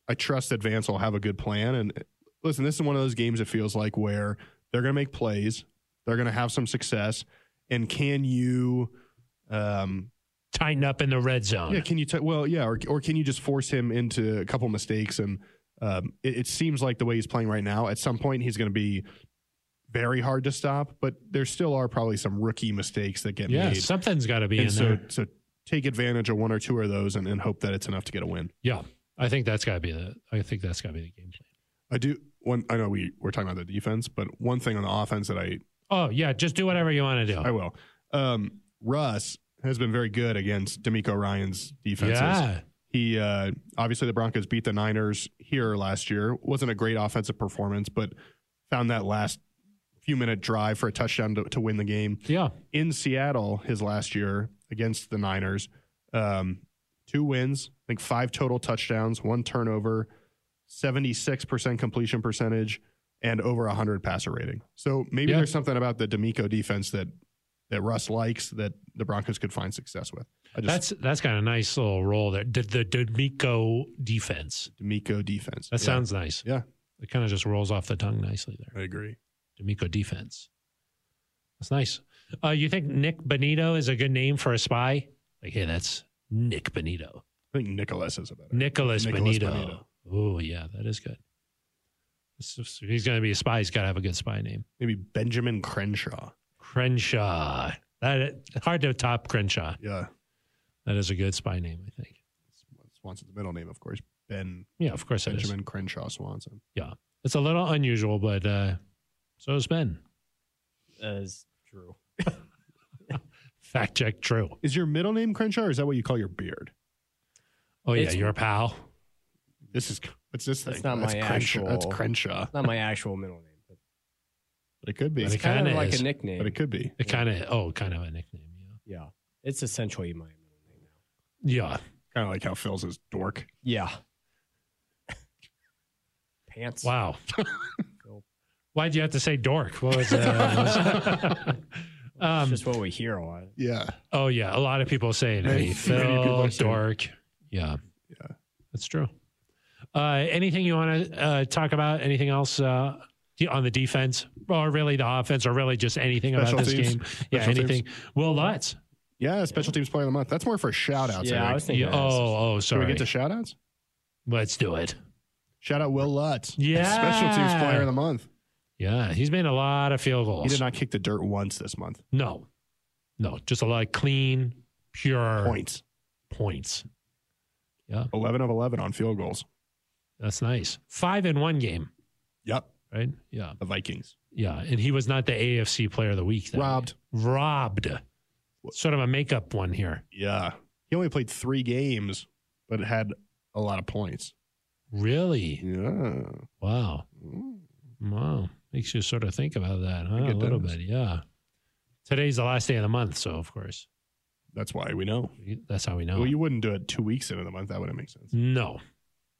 Speaker 2: I trust that Vance will have a good plan. And uh, listen, this is one of those games it feels like where they're going to make plays, they're going to have some success, and can you, um,
Speaker 1: Tighten up in the red zone.
Speaker 2: Oh, yeah, can you t- well, yeah, or or can you just force him into a couple mistakes? And um, it, it seems like the way he's playing right now, at some point he's going to be. Very hard to stop, but there still are probably some rookie mistakes that get
Speaker 1: Yeah,
Speaker 2: made
Speaker 1: something's got to be in
Speaker 2: and so
Speaker 1: there.
Speaker 2: so take advantage of one or two of those and, and hope that it's enough to get a win.
Speaker 1: Yeah, I think that's got to be the. I think that's got to be the game plan.
Speaker 2: I do one I know we we're talking about the defense, but one thing on the offense that I
Speaker 1: Oh yeah, just do whatever you want to do.
Speaker 2: I will. Um Russ has been very good against D'Amico Ryan's defenses.
Speaker 1: yeah,
Speaker 2: He uh obviously the Broncos beat the Niners here last year. Wasn't a great offensive performance, but found that last few minute drive for a touchdown to, to win the game.
Speaker 1: yeah.
Speaker 2: in Seattle his last year against the Niners. Um, two wins, I think five total touchdowns, one turnover, 76% completion percentage, and over 100 passer rating. So maybe
Speaker 1: Yeah.
Speaker 2: there's something about the D'Amico defense that, that Russ likes that the Broncos could find success with. I just,
Speaker 1: That's that's got a nice little role there. The, the D'Amico defense.
Speaker 2: D'Amico defense.
Speaker 1: That
Speaker 2: Yeah,
Speaker 1: sounds nice.
Speaker 2: Yeah.
Speaker 1: it kind of just rolls off the tongue nicely there.
Speaker 2: I agree.
Speaker 1: D'Amico defense. That's nice. Uh, you think Nick Benito is a good name for a spy? Like, hey, that's Nick Benito.
Speaker 2: I think Nicholas is a better.
Speaker 1: Nicholas,
Speaker 2: Nicholas
Speaker 1: Benito.
Speaker 2: Benito.
Speaker 1: Oh, yeah, that is good. It's just- if he's going to be a spy, he's got to have a good spy name.
Speaker 2: Maybe Benjamin Crenshaw.
Speaker 1: Crenshaw. That hard to top Crenshaw.
Speaker 2: Yeah.
Speaker 1: That is a good spy name, I think.
Speaker 2: Swanson's middle name, of course. Ben
Speaker 1: Yeah, of course it is.
Speaker 2: Benjamin Crenshaw Swanson.
Speaker 1: It's a little unusual, but uh, so is Ben.
Speaker 3: As true.
Speaker 1: Fact check, true.
Speaker 2: Is your middle name Crenshaw or is that what you call your beard?
Speaker 1: Oh yeah,
Speaker 3: It's-
Speaker 1: your pal.
Speaker 2: This is what's this
Speaker 3: That's
Speaker 2: thing?
Speaker 3: not my
Speaker 2: Crenshaw. That's
Speaker 3: actual-
Speaker 2: Crenshaw.
Speaker 3: Not my actual middle name. But
Speaker 2: But it could be.
Speaker 1: But
Speaker 3: it's
Speaker 1: it
Speaker 3: kind
Speaker 1: kinda
Speaker 3: of like
Speaker 1: is.
Speaker 3: a nickname.
Speaker 2: But it could be.
Speaker 1: It kind of oh, kind of a nickname.
Speaker 3: yeah. It's essentially my middle name now.
Speaker 1: Yeah, yeah.
Speaker 2: Kind of like how Phil's is dork.
Speaker 3: Yeah.
Speaker 2: <laughs>
Speaker 3: pants.
Speaker 1: Wow. Why'd you have to say dork? What was
Speaker 2: <laughs>
Speaker 1: that?
Speaker 3: It's
Speaker 1: um,
Speaker 3: just what we hear a lot.
Speaker 2: Yeah.
Speaker 1: oh, yeah. A lot of people say it. to
Speaker 2: Many-
Speaker 1: me.
Speaker 2: many people
Speaker 1: Phil,
Speaker 2: say it.
Speaker 1: dork. Yeah.
Speaker 2: Yeah.
Speaker 1: That's true. Uh, anything you want to uh, talk about? Anything else uh, on the defense or really the offense or really just anything
Speaker 2: Special
Speaker 1: about this
Speaker 2: teams.
Speaker 1: game? Yeah,
Speaker 2: Special
Speaker 1: anything. Will Lutz.
Speaker 2: Yeah, special teams player of the month. That's more for shout outs.
Speaker 3: yeah, I was thinking.
Speaker 1: Yeah, oh, oh,
Speaker 2: Should we
Speaker 1: sorry.
Speaker 2: get to shout outs?
Speaker 1: Let's do it.
Speaker 2: Shout out Will Lutz.
Speaker 1: Yeah.
Speaker 2: Special teams player of the month.
Speaker 1: Yeah, he's made a lot of field goals.
Speaker 2: He did not kick the dirt once this month.
Speaker 1: No, no, just a lot of clean, pure
Speaker 2: Points.
Speaker 1: points.
Speaker 2: 11 of 11 on field goals.
Speaker 1: That's nice. Five in one game,
Speaker 2: Yep.
Speaker 1: right? Yeah,
Speaker 2: The Vikings.
Speaker 1: yeah. And he was not the AFC Player of the Week. Then.
Speaker 2: Robbed.
Speaker 1: robbed. Sort of a makeup one here.
Speaker 2: Yeah. He only played three games, but had a lot of points.
Speaker 1: Really?
Speaker 2: Yeah.
Speaker 1: Wow. Wow. Makes you sort of think about that, huh?
Speaker 2: think
Speaker 1: A
Speaker 2: it
Speaker 1: little
Speaker 2: does.
Speaker 1: bit, yeah. Today's the last day of the month, so of course
Speaker 2: That's why we know.
Speaker 1: that's how we know.
Speaker 2: Well, you wouldn't do it two weeks into the month. That wouldn't make sense.
Speaker 3: Mm.
Speaker 1: no,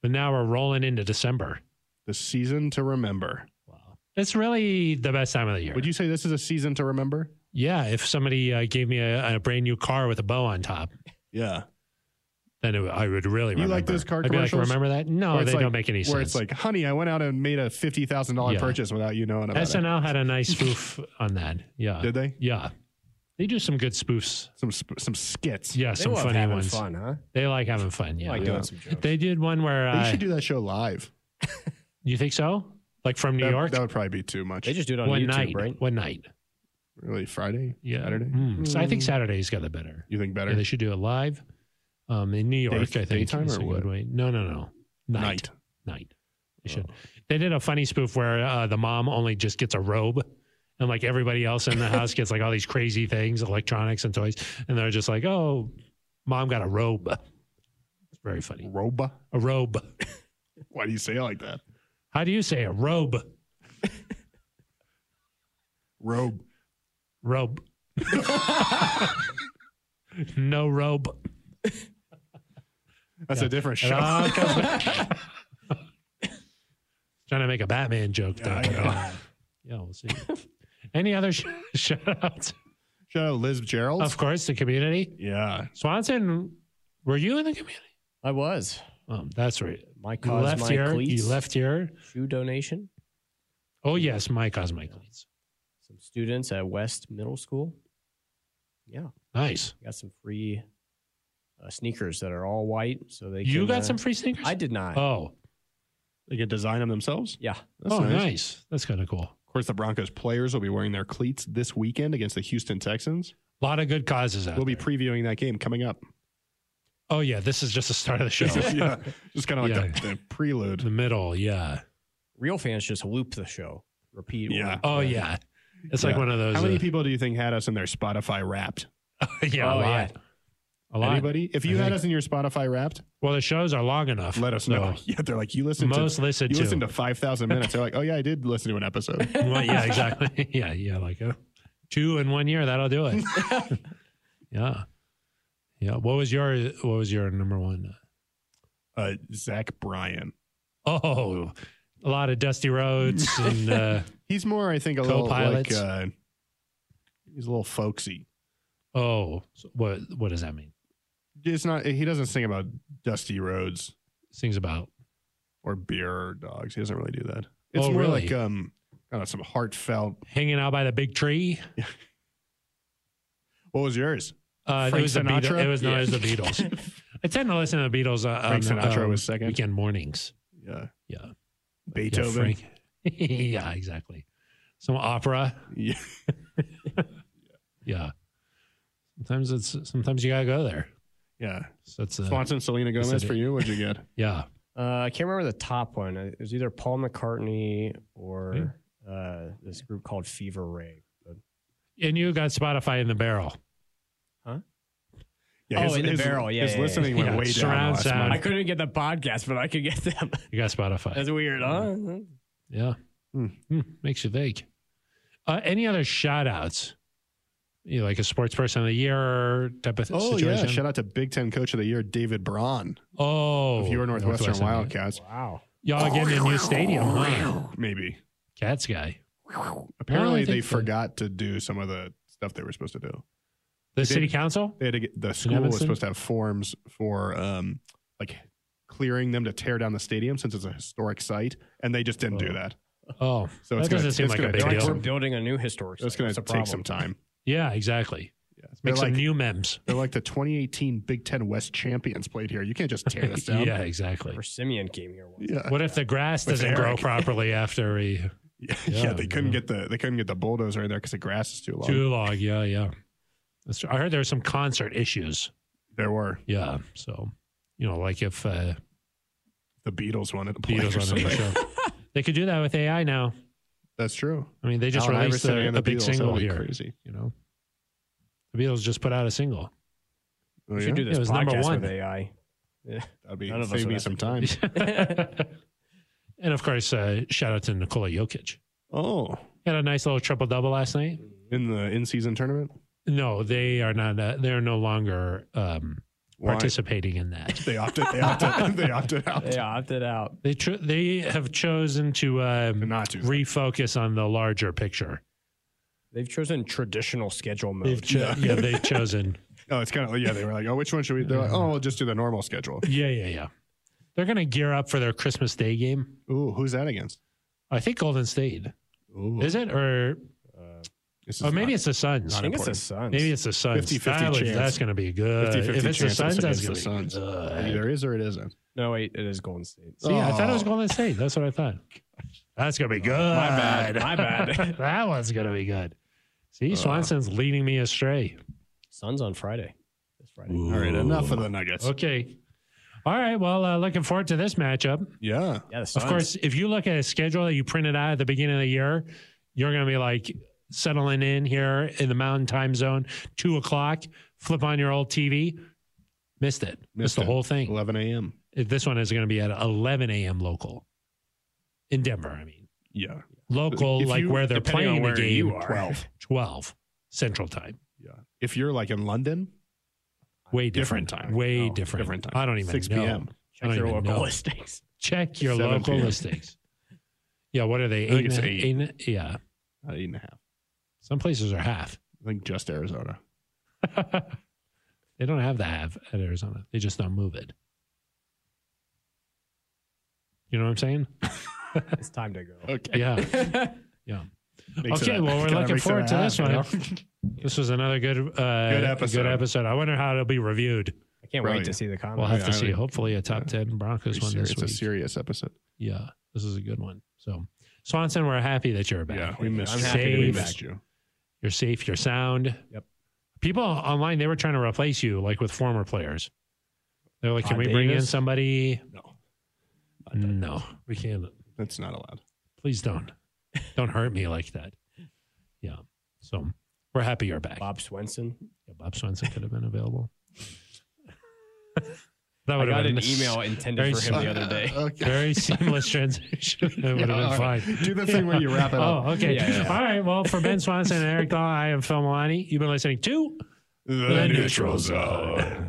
Speaker 1: but now we're rolling into December.
Speaker 2: The season to remember.
Speaker 1: Wow, it's really the best time of the year.
Speaker 2: Would you say this is a season to remember?
Speaker 1: Yeah, if somebody uh, gave me a, a brand new car with a bow on top,
Speaker 2: Yeah.
Speaker 1: then it, I would really.
Speaker 2: You
Speaker 1: remember.
Speaker 2: like those car
Speaker 1: I'd be like,
Speaker 2: commercials?
Speaker 1: remember that?
Speaker 2: Where
Speaker 1: No,
Speaker 2: it's
Speaker 1: they
Speaker 2: like-
Speaker 1: don't make any sense.
Speaker 2: Where it's like, honey, I went out and made a fifty thousand
Speaker 1: Yeah.
Speaker 2: dollar purchase without you knowing about it.
Speaker 1: SNL had a
Speaker 2: <laughs>
Speaker 1: nice spoof on that. Yeah,
Speaker 2: Did they?
Speaker 1: yeah, they do some good spoofs.
Speaker 2: Some sp- some skits.
Speaker 1: Yeah,
Speaker 3: They
Speaker 1: some
Speaker 3: love
Speaker 1: funny
Speaker 3: having
Speaker 1: ones.
Speaker 3: fun, huh?
Speaker 1: They like having fun. Yeah,
Speaker 3: Like
Speaker 2: Yeah.
Speaker 3: doing some jokes.
Speaker 1: they did one where
Speaker 2: They
Speaker 1: uh,
Speaker 2: should do that show live.
Speaker 1: you think so, like from New
Speaker 2: that,
Speaker 1: York,
Speaker 2: That would probably be too much.
Speaker 3: They just do it on
Speaker 1: one
Speaker 3: YouTube,
Speaker 1: night,
Speaker 3: right?
Speaker 1: one night.
Speaker 2: really Friday,
Speaker 1: Yeah,
Speaker 2: Saturday.
Speaker 1: Mm. So I
Speaker 3: Hmm.
Speaker 1: think Saturday's got the better.
Speaker 2: You think better?
Speaker 1: Yeah, they should do it live um, in New York.
Speaker 2: Day-
Speaker 1: I think
Speaker 2: daytime
Speaker 1: is
Speaker 2: or
Speaker 1: a
Speaker 2: what?
Speaker 1: good way. No, no, no, night. night. They should. They did a funny spoof where uh, the mom only just gets a robe, and like everybody else in the house gets like all these crazy things, electronics and toys, and they're just like, "Oh, mom got a robe." It's very funny.
Speaker 2: Oh. Roba.
Speaker 1: A robe.
Speaker 2: Why do you say it like that?
Speaker 1: How do you say a robe?
Speaker 2: Robe.
Speaker 1: Robe. <laughs> no robe. <laughs>
Speaker 2: That's
Speaker 1: Yeah. uh,
Speaker 2: a different
Speaker 1: It
Speaker 2: show.
Speaker 1: all comes back. Trying to make a Batman joke
Speaker 2: Yeah, I
Speaker 1: there.
Speaker 2: know.
Speaker 1: Yeah, we'll see. Any other sh- <laughs> shout outs?
Speaker 2: <laughs> Shout out Liz Gerald.
Speaker 1: Of course, the community.
Speaker 2: yeah.
Speaker 1: Swanson, were you in the community?
Speaker 3: I was.
Speaker 1: Um, that's right.
Speaker 3: My
Speaker 1: You
Speaker 3: cause,
Speaker 1: left
Speaker 3: my
Speaker 1: here.
Speaker 3: cleats.
Speaker 1: You left here.
Speaker 3: shoe donation.
Speaker 1: Oh yes, my cause, my cleats.
Speaker 3: Some students at West Middle School. Yeah,
Speaker 1: Nice.
Speaker 3: got some free uh, sneakers that are all white, so they.
Speaker 1: You
Speaker 3: can,
Speaker 1: got
Speaker 3: uh,
Speaker 1: some free sneakers.
Speaker 3: I did not.
Speaker 1: oh,
Speaker 2: They could design them themselves.
Speaker 3: yeah,
Speaker 2: That's
Speaker 1: oh, nice.
Speaker 2: nice.
Speaker 1: That's kind of cool.
Speaker 2: Of course, the Broncos players will be wearing their cleats this weekend against the Houston Texans.
Speaker 1: A lot of good causes out
Speaker 2: We'll be
Speaker 1: there.
Speaker 2: previewing that game coming up.
Speaker 1: oh yeah, this is just the start of the show.
Speaker 2: yeah. Just kind of like
Speaker 1: <laughs> Yeah.
Speaker 2: the, the
Speaker 1: In
Speaker 2: prelude.
Speaker 1: the middle, yeah.
Speaker 3: real fans just loop the show, repeat.
Speaker 2: Yeah.
Speaker 1: Oh yeah, it's like
Speaker 2: Yeah.
Speaker 1: one of those.
Speaker 2: How many
Speaker 1: uh,
Speaker 2: people do you think had us in their Spotify Wrapped?
Speaker 1: <laughs> yeah, a
Speaker 3: Oh,
Speaker 1: lot. A lot.
Speaker 2: Anybody? If you
Speaker 1: I
Speaker 2: had
Speaker 1: think-
Speaker 2: us in your Spotify Wrapped,
Speaker 1: Well, the shows are long enough.
Speaker 2: let us
Speaker 1: so
Speaker 2: know. <laughs> Yeah, they're like you listened to
Speaker 1: Most listened
Speaker 2: you
Speaker 1: to.
Speaker 2: listened to five thousand minutes. They're like, oh yeah, I did listen to an episode.
Speaker 1: <laughs> Well, yeah, exactly. <laughs> yeah, yeah, like uh, two in one year. That'll do it. <laughs> yeah, yeah. What was your What was your number one?
Speaker 2: Uh, Zach Bryan.
Speaker 1: Oh, a lot of dusty
Speaker 2: <laughs>
Speaker 1: roads and uh,
Speaker 2: He's more, I think, a little like
Speaker 1: Co-pilots.
Speaker 2: uh, he's a little folksy.
Speaker 1: oh, so what What does that mean?
Speaker 2: It's not. He doesn't sing about dusty roads
Speaker 1: Things about
Speaker 2: or beer or dogs. He doesn't really do that. It's
Speaker 1: Oh,
Speaker 2: more
Speaker 1: really?
Speaker 2: like um, I don't know, some heartfelt.
Speaker 1: hanging out by the big tree.
Speaker 2: What was yours?
Speaker 1: Uh, it
Speaker 2: Frank
Speaker 1: was the
Speaker 2: Sinatra?
Speaker 1: Beatles. It was known
Speaker 2: Yeah.
Speaker 1: as the
Speaker 2: <laughs>
Speaker 1: Beatles. I tend to listen to the Beatles. Uh,
Speaker 2: Frank
Speaker 1: on,
Speaker 2: Sinatra
Speaker 1: um,
Speaker 2: was second.
Speaker 1: Weekend mornings.
Speaker 2: Yeah,
Speaker 1: Yeah, <laughs> Yeah,
Speaker 2: Beethoven.
Speaker 1: Frank. yeah, exactly. Some opera.
Speaker 2: Yeah.
Speaker 1: Yeah. Sometimes it's sometimes you gotta go there.
Speaker 2: yeah.
Speaker 1: So it's uh,
Speaker 2: Swanson, Selena
Speaker 1: Yes, I
Speaker 2: Gomez
Speaker 1: did.
Speaker 2: for you. What'd you get?
Speaker 1: yeah.
Speaker 3: <laughs> Uh, I can't remember the top one. It was either Paul McCartney or
Speaker 1: Hmm?
Speaker 3: uh, this group called Fever Ray. But
Speaker 1: And you got Spotify in the barrel.
Speaker 2: Yeah,
Speaker 3: Oh, in the barrel. Yeah,
Speaker 2: his
Speaker 3: yeah, yeah.
Speaker 2: listening
Speaker 1: Yeah,
Speaker 2: went way down
Speaker 1: surround
Speaker 2: last
Speaker 1: sound.
Speaker 2: month.
Speaker 3: couldn't get the podcast, but I could
Speaker 1: <laughs>
Speaker 3: get them.
Speaker 1: You got Spotify.
Speaker 3: weird,
Speaker 1: huh? Yeah.
Speaker 2: Hmm.
Speaker 1: Hmm, Makes you think. Uh, any other shout outs? You know, like a sports person of the year type of
Speaker 2: Oh
Speaker 1: situation?
Speaker 2: yeah! Shout out to Big Ten Coach of the Year David Braun
Speaker 1: oh,
Speaker 2: of your Northwestern, Wildcats.
Speaker 3: Wow.
Speaker 1: Y'all getting a new stadium, huh?
Speaker 2: Maybe.
Speaker 1: Cats guy.
Speaker 2: Apparently,
Speaker 1: think
Speaker 2: they
Speaker 1: so.
Speaker 2: forgot to do some of the stuff they were supposed to do.
Speaker 1: The
Speaker 2: They
Speaker 1: city
Speaker 2: did-
Speaker 1: council?
Speaker 2: They had to get the school was
Speaker 1: Evanston?
Speaker 2: supposed to have forms for um like clearing them to tear down the stadium since it's a historic site, and they just didn't do
Speaker 3: Whoa.
Speaker 2: that.
Speaker 1: Oh,
Speaker 2: So
Speaker 1: That
Speaker 2: it's gonna,
Speaker 1: doesn't seem
Speaker 2: it's
Speaker 1: like a
Speaker 2: gonna
Speaker 1: big
Speaker 2: take
Speaker 1: deal.
Speaker 3: We're
Speaker 2: some-
Speaker 3: building a new historic.
Speaker 2: It's
Speaker 3: site.
Speaker 2: going to
Speaker 3: That's a
Speaker 2: take some
Speaker 3: problem.
Speaker 2: time.
Speaker 1: yeah, exactly.
Speaker 2: Yeah. They're
Speaker 1: Make some
Speaker 2: like,
Speaker 1: new memes.
Speaker 2: they're like the 2018 Big Ten West champions played here. You can't just <laughs> tear
Speaker 1: <laughs>
Speaker 2: this down.
Speaker 1: Yeah, exactly.
Speaker 3: Or Simeon came here once.
Speaker 2: Yeah.
Speaker 1: What if the grass
Speaker 2: With
Speaker 1: doesn't grow
Speaker 2: Eric.
Speaker 1: properly after a
Speaker 2: <laughs> Yeah,
Speaker 1: Yeah,
Speaker 2: they couldn't
Speaker 1: yeah.
Speaker 2: get the they couldn't get the bulldozer in there because the grass is too long.
Speaker 1: too long? Yeah, yeah. That's, I heard there were some concert issues.
Speaker 2: There were
Speaker 1: Yeah, so you know, like if uh,
Speaker 2: the Beatles wanted to play
Speaker 1: Beatles
Speaker 2: or
Speaker 1: on the
Speaker 2: something. <laughs>
Speaker 1: show, they could do that with AI now.
Speaker 2: That's true.
Speaker 1: I mean, they just
Speaker 2: Allen
Speaker 1: released
Speaker 2: Iverson
Speaker 1: a,
Speaker 2: and
Speaker 1: a big
Speaker 2: Beatles, that
Speaker 1: single
Speaker 2: would be
Speaker 1: here.
Speaker 2: Crazy.
Speaker 1: You know, the Beatles just put out a
Speaker 2: <laughs>
Speaker 1: single. <laughs>
Speaker 2: Oh,
Speaker 3: We
Speaker 2: yeah?
Speaker 3: should do this
Speaker 1: It was
Speaker 3: podcast
Speaker 1: number one.
Speaker 3: with AI.
Speaker 2: That'd be
Speaker 3: None of us
Speaker 2: save
Speaker 3: would
Speaker 2: me
Speaker 3: have
Speaker 2: some
Speaker 3: to
Speaker 1: <laughs>
Speaker 2: time.
Speaker 1: and of course, uh, shout out to Nikola Jokic.
Speaker 2: Oh,
Speaker 1: Had a nice little triple double last night.
Speaker 2: in the in season tournament,
Speaker 1: No, they are not. Uh, they are no longer um,
Speaker 2: Why?
Speaker 1: participating in that.
Speaker 2: They opted.
Speaker 1: <laughs>
Speaker 2: They opted. they opted out
Speaker 3: Yeah, opted out.
Speaker 1: They tr- they have chosen to
Speaker 2: to
Speaker 1: um,
Speaker 2: not do. that.
Speaker 1: refocus on the larger picture.
Speaker 3: They've chosen traditional schedule
Speaker 1: They've
Speaker 3: mode.
Speaker 1: cho-
Speaker 2: Yeah.
Speaker 1: yeah.
Speaker 2: <laughs>
Speaker 1: they've chosen.
Speaker 2: Oh, it's kind of yeah. They were like, oh, which one should we? They're like, oh, we'll just do the normal schedule.
Speaker 1: Yeah, yeah, yeah. They're going to gear up for their Christmas Day game.
Speaker 2: Ooh, who's that against?
Speaker 1: I think Golden State
Speaker 2: Ooh,
Speaker 1: is it, or
Speaker 3: Uh,
Speaker 2: this
Speaker 1: or
Speaker 2: is
Speaker 1: maybe
Speaker 2: not-
Speaker 1: it's the Suns.
Speaker 3: I
Speaker 2: Not
Speaker 3: think it's the
Speaker 2: important.
Speaker 3: Suns.
Speaker 1: Maybe it's the Suns.
Speaker 2: 50-50
Speaker 1: That was-
Speaker 2: chance.
Speaker 1: that's going to be good.
Speaker 2: 50-50
Speaker 1: if it's the
Speaker 2: chance it's
Speaker 1: Suns, that's going
Speaker 2: against
Speaker 1: to be
Speaker 2: the
Speaker 1: good.
Speaker 2: either is or it isn't.
Speaker 3: no, wait, it is Golden State.
Speaker 1: See, I thought it was
Speaker 2: Oh.
Speaker 1: Golden State. That's what I thought. That's gonna be good.
Speaker 3: My bad. My bad.
Speaker 1: <laughs> that one's gonna be good. See,
Speaker 2: Uh.
Speaker 1: Swanson's leading me astray.
Speaker 3: Suns on Friday. This Friday.
Speaker 2: All right, enough of the Nuggets.
Speaker 1: Okay. All right. Well, uh, looking forward to this matchup.
Speaker 2: Yeah,
Speaker 3: Yeah, the
Speaker 1: Of
Speaker 3: Suns.
Speaker 1: course, if you look at a schedule that you printed out at the beginning of the year, you're gonna be like settling in here in the Mountain Time Zone, two o'clock. Flip on your old TV. Missed it. Missed,
Speaker 2: Missed
Speaker 1: the
Speaker 2: it.
Speaker 1: whole thing.
Speaker 2: 11 a.m.
Speaker 1: This one is gonna be at 11 a.m. local in Denver. I mean.
Speaker 2: Yeah,
Speaker 1: local,
Speaker 2: If
Speaker 1: like
Speaker 2: you-
Speaker 1: where they're
Speaker 2: depending on
Speaker 1: playing
Speaker 2: where
Speaker 1: the game.
Speaker 2: you are.
Speaker 1: 12. 12 Central Time.
Speaker 2: <laughs> yeah. If you're like in London,
Speaker 1: Way
Speaker 2: Different
Speaker 1: different.
Speaker 2: time.
Speaker 1: Way
Speaker 3: Oh,
Speaker 1: different.
Speaker 2: different time.
Speaker 1: I don't even
Speaker 2: 6
Speaker 1: know.
Speaker 2: p.m.
Speaker 1: I
Speaker 3: Check
Speaker 1: don't
Speaker 3: your
Speaker 1: even
Speaker 3: local
Speaker 1: know.
Speaker 3: listings.
Speaker 1: Check your
Speaker 2: 7
Speaker 1: local
Speaker 2: p.m.
Speaker 1: listings. Yeah, what are they?
Speaker 2: I think
Speaker 1: Eight
Speaker 2: it's
Speaker 1: and a-
Speaker 2: eight.
Speaker 1: eight and a- yeah.
Speaker 2: not eight and a half.
Speaker 1: Some places are half. <laughs>
Speaker 2: I think just Arizona.
Speaker 1: they don't have the half at Arizona. They just don't move it. You know what I'm saying?
Speaker 3: It's time to go.
Speaker 2: Okay.
Speaker 1: Yeah.
Speaker 2: <laughs> Makes it
Speaker 1: Okay,
Speaker 2: a-
Speaker 1: well, we're
Speaker 2: kinda
Speaker 1: looking
Speaker 2: makes it
Speaker 1: forward
Speaker 2: a
Speaker 1: to this
Speaker 2: half, you
Speaker 1: one. This was another good uh,
Speaker 2: Good episode.
Speaker 1: good episode. I wonder how it'll be reviewed.
Speaker 3: I can't
Speaker 2: Brilliant.
Speaker 3: wait to see the comments.
Speaker 1: We'll have to
Speaker 2: I
Speaker 1: see.
Speaker 2: think-
Speaker 1: Hopefully, a top ten Broncos
Speaker 2: Pretty
Speaker 1: one <laughs>
Speaker 2: serious-
Speaker 1: this
Speaker 2: It's a
Speaker 1: week.
Speaker 2: serious episode.
Speaker 1: Yeah, this is a good one. So, Swanson, we're happy that you're back.
Speaker 2: Yeah, we missed
Speaker 3: I'm
Speaker 2: you.
Speaker 3: happy
Speaker 1: to
Speaker 2: we
Speaker 1: be
Speaker 2: missed you.
Speaker 1: You're safe. You're sound.
Speaker 3: Yep.
Speaker 1: People online, they were trying to replace you, like with former players. They're like, "Can
Speaker 3: Todd
Speaker 1: we bring in
Speaker 3: Davis?
Speaker 1: somebody?"
Speaker 2: No.
Speaker 1: No, we can't.
Speaker 2: That's not allowed.
Speaker 1: Please don't. Don't hurt me like that. Yeah. So we're happy you're back.
Speaker 3: Bob Swenson.
Speaker 1: Yeah, Bob Swenson could have been
Speaker 3: <laughs>
Speaker 1: available. that
Speaker 3: I
Speaker 1: would have
Speaker 3: got
Speaker 1: been
Speaker 3: an email
Speaker 1: very
Speaker 3: intended for
Speaker 2: <laughs>
Speaker 3: him the other day.
Speaker 2: Uh,
Speaker 1: <laughs>
Speaker 2: okay.
Speaker 1: Very seamless transition. It
Speaker 3: <laughs>
Speaker 1: would have
Speaker 2: Yeah,
Speaker 1: been
Speaker 2: all right.
Speaker 1: fine.
Speaker 2: Do the thing where you wrap it
Speaker 1: <laughs>
Speaker 2: up.
Speaker 1: Oh, okay.
Speaker 3: Yeah, yeah, yeah.
Speaker 1: All right. Well, for Ben Swanson and Eric Dahl, I am Phil Malani. You've been listening to
Speaker 2: The
Speaker 1: neutral zone.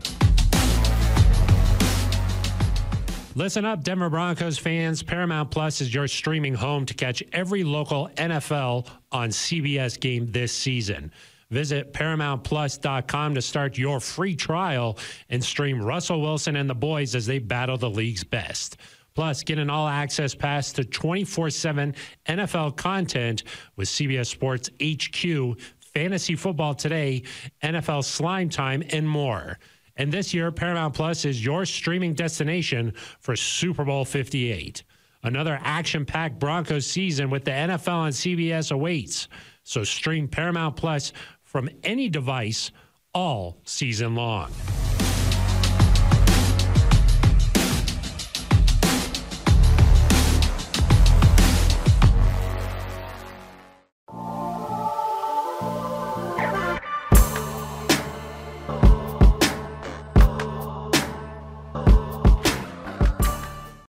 Speaker 1: Listen Up, Denver Broncos fans. Paramount Plus is your streaming home to catch every local NFL on CBS game this season. Visit ParamountPlus.com to start your free trial and stream Russell Wilson and the boys as they battle the league's best. Plus, get an all access pass to 24 7 NFL content with CBS Sports HQ, Fantasy Football Today, NFL Slime Time, and more. And this year, Paramount Plus is your streaming destination for Super Bowl 58. Another action packed Broncos season with the NFL on CBS awaits. So stream Paramount Plus from any device all season long.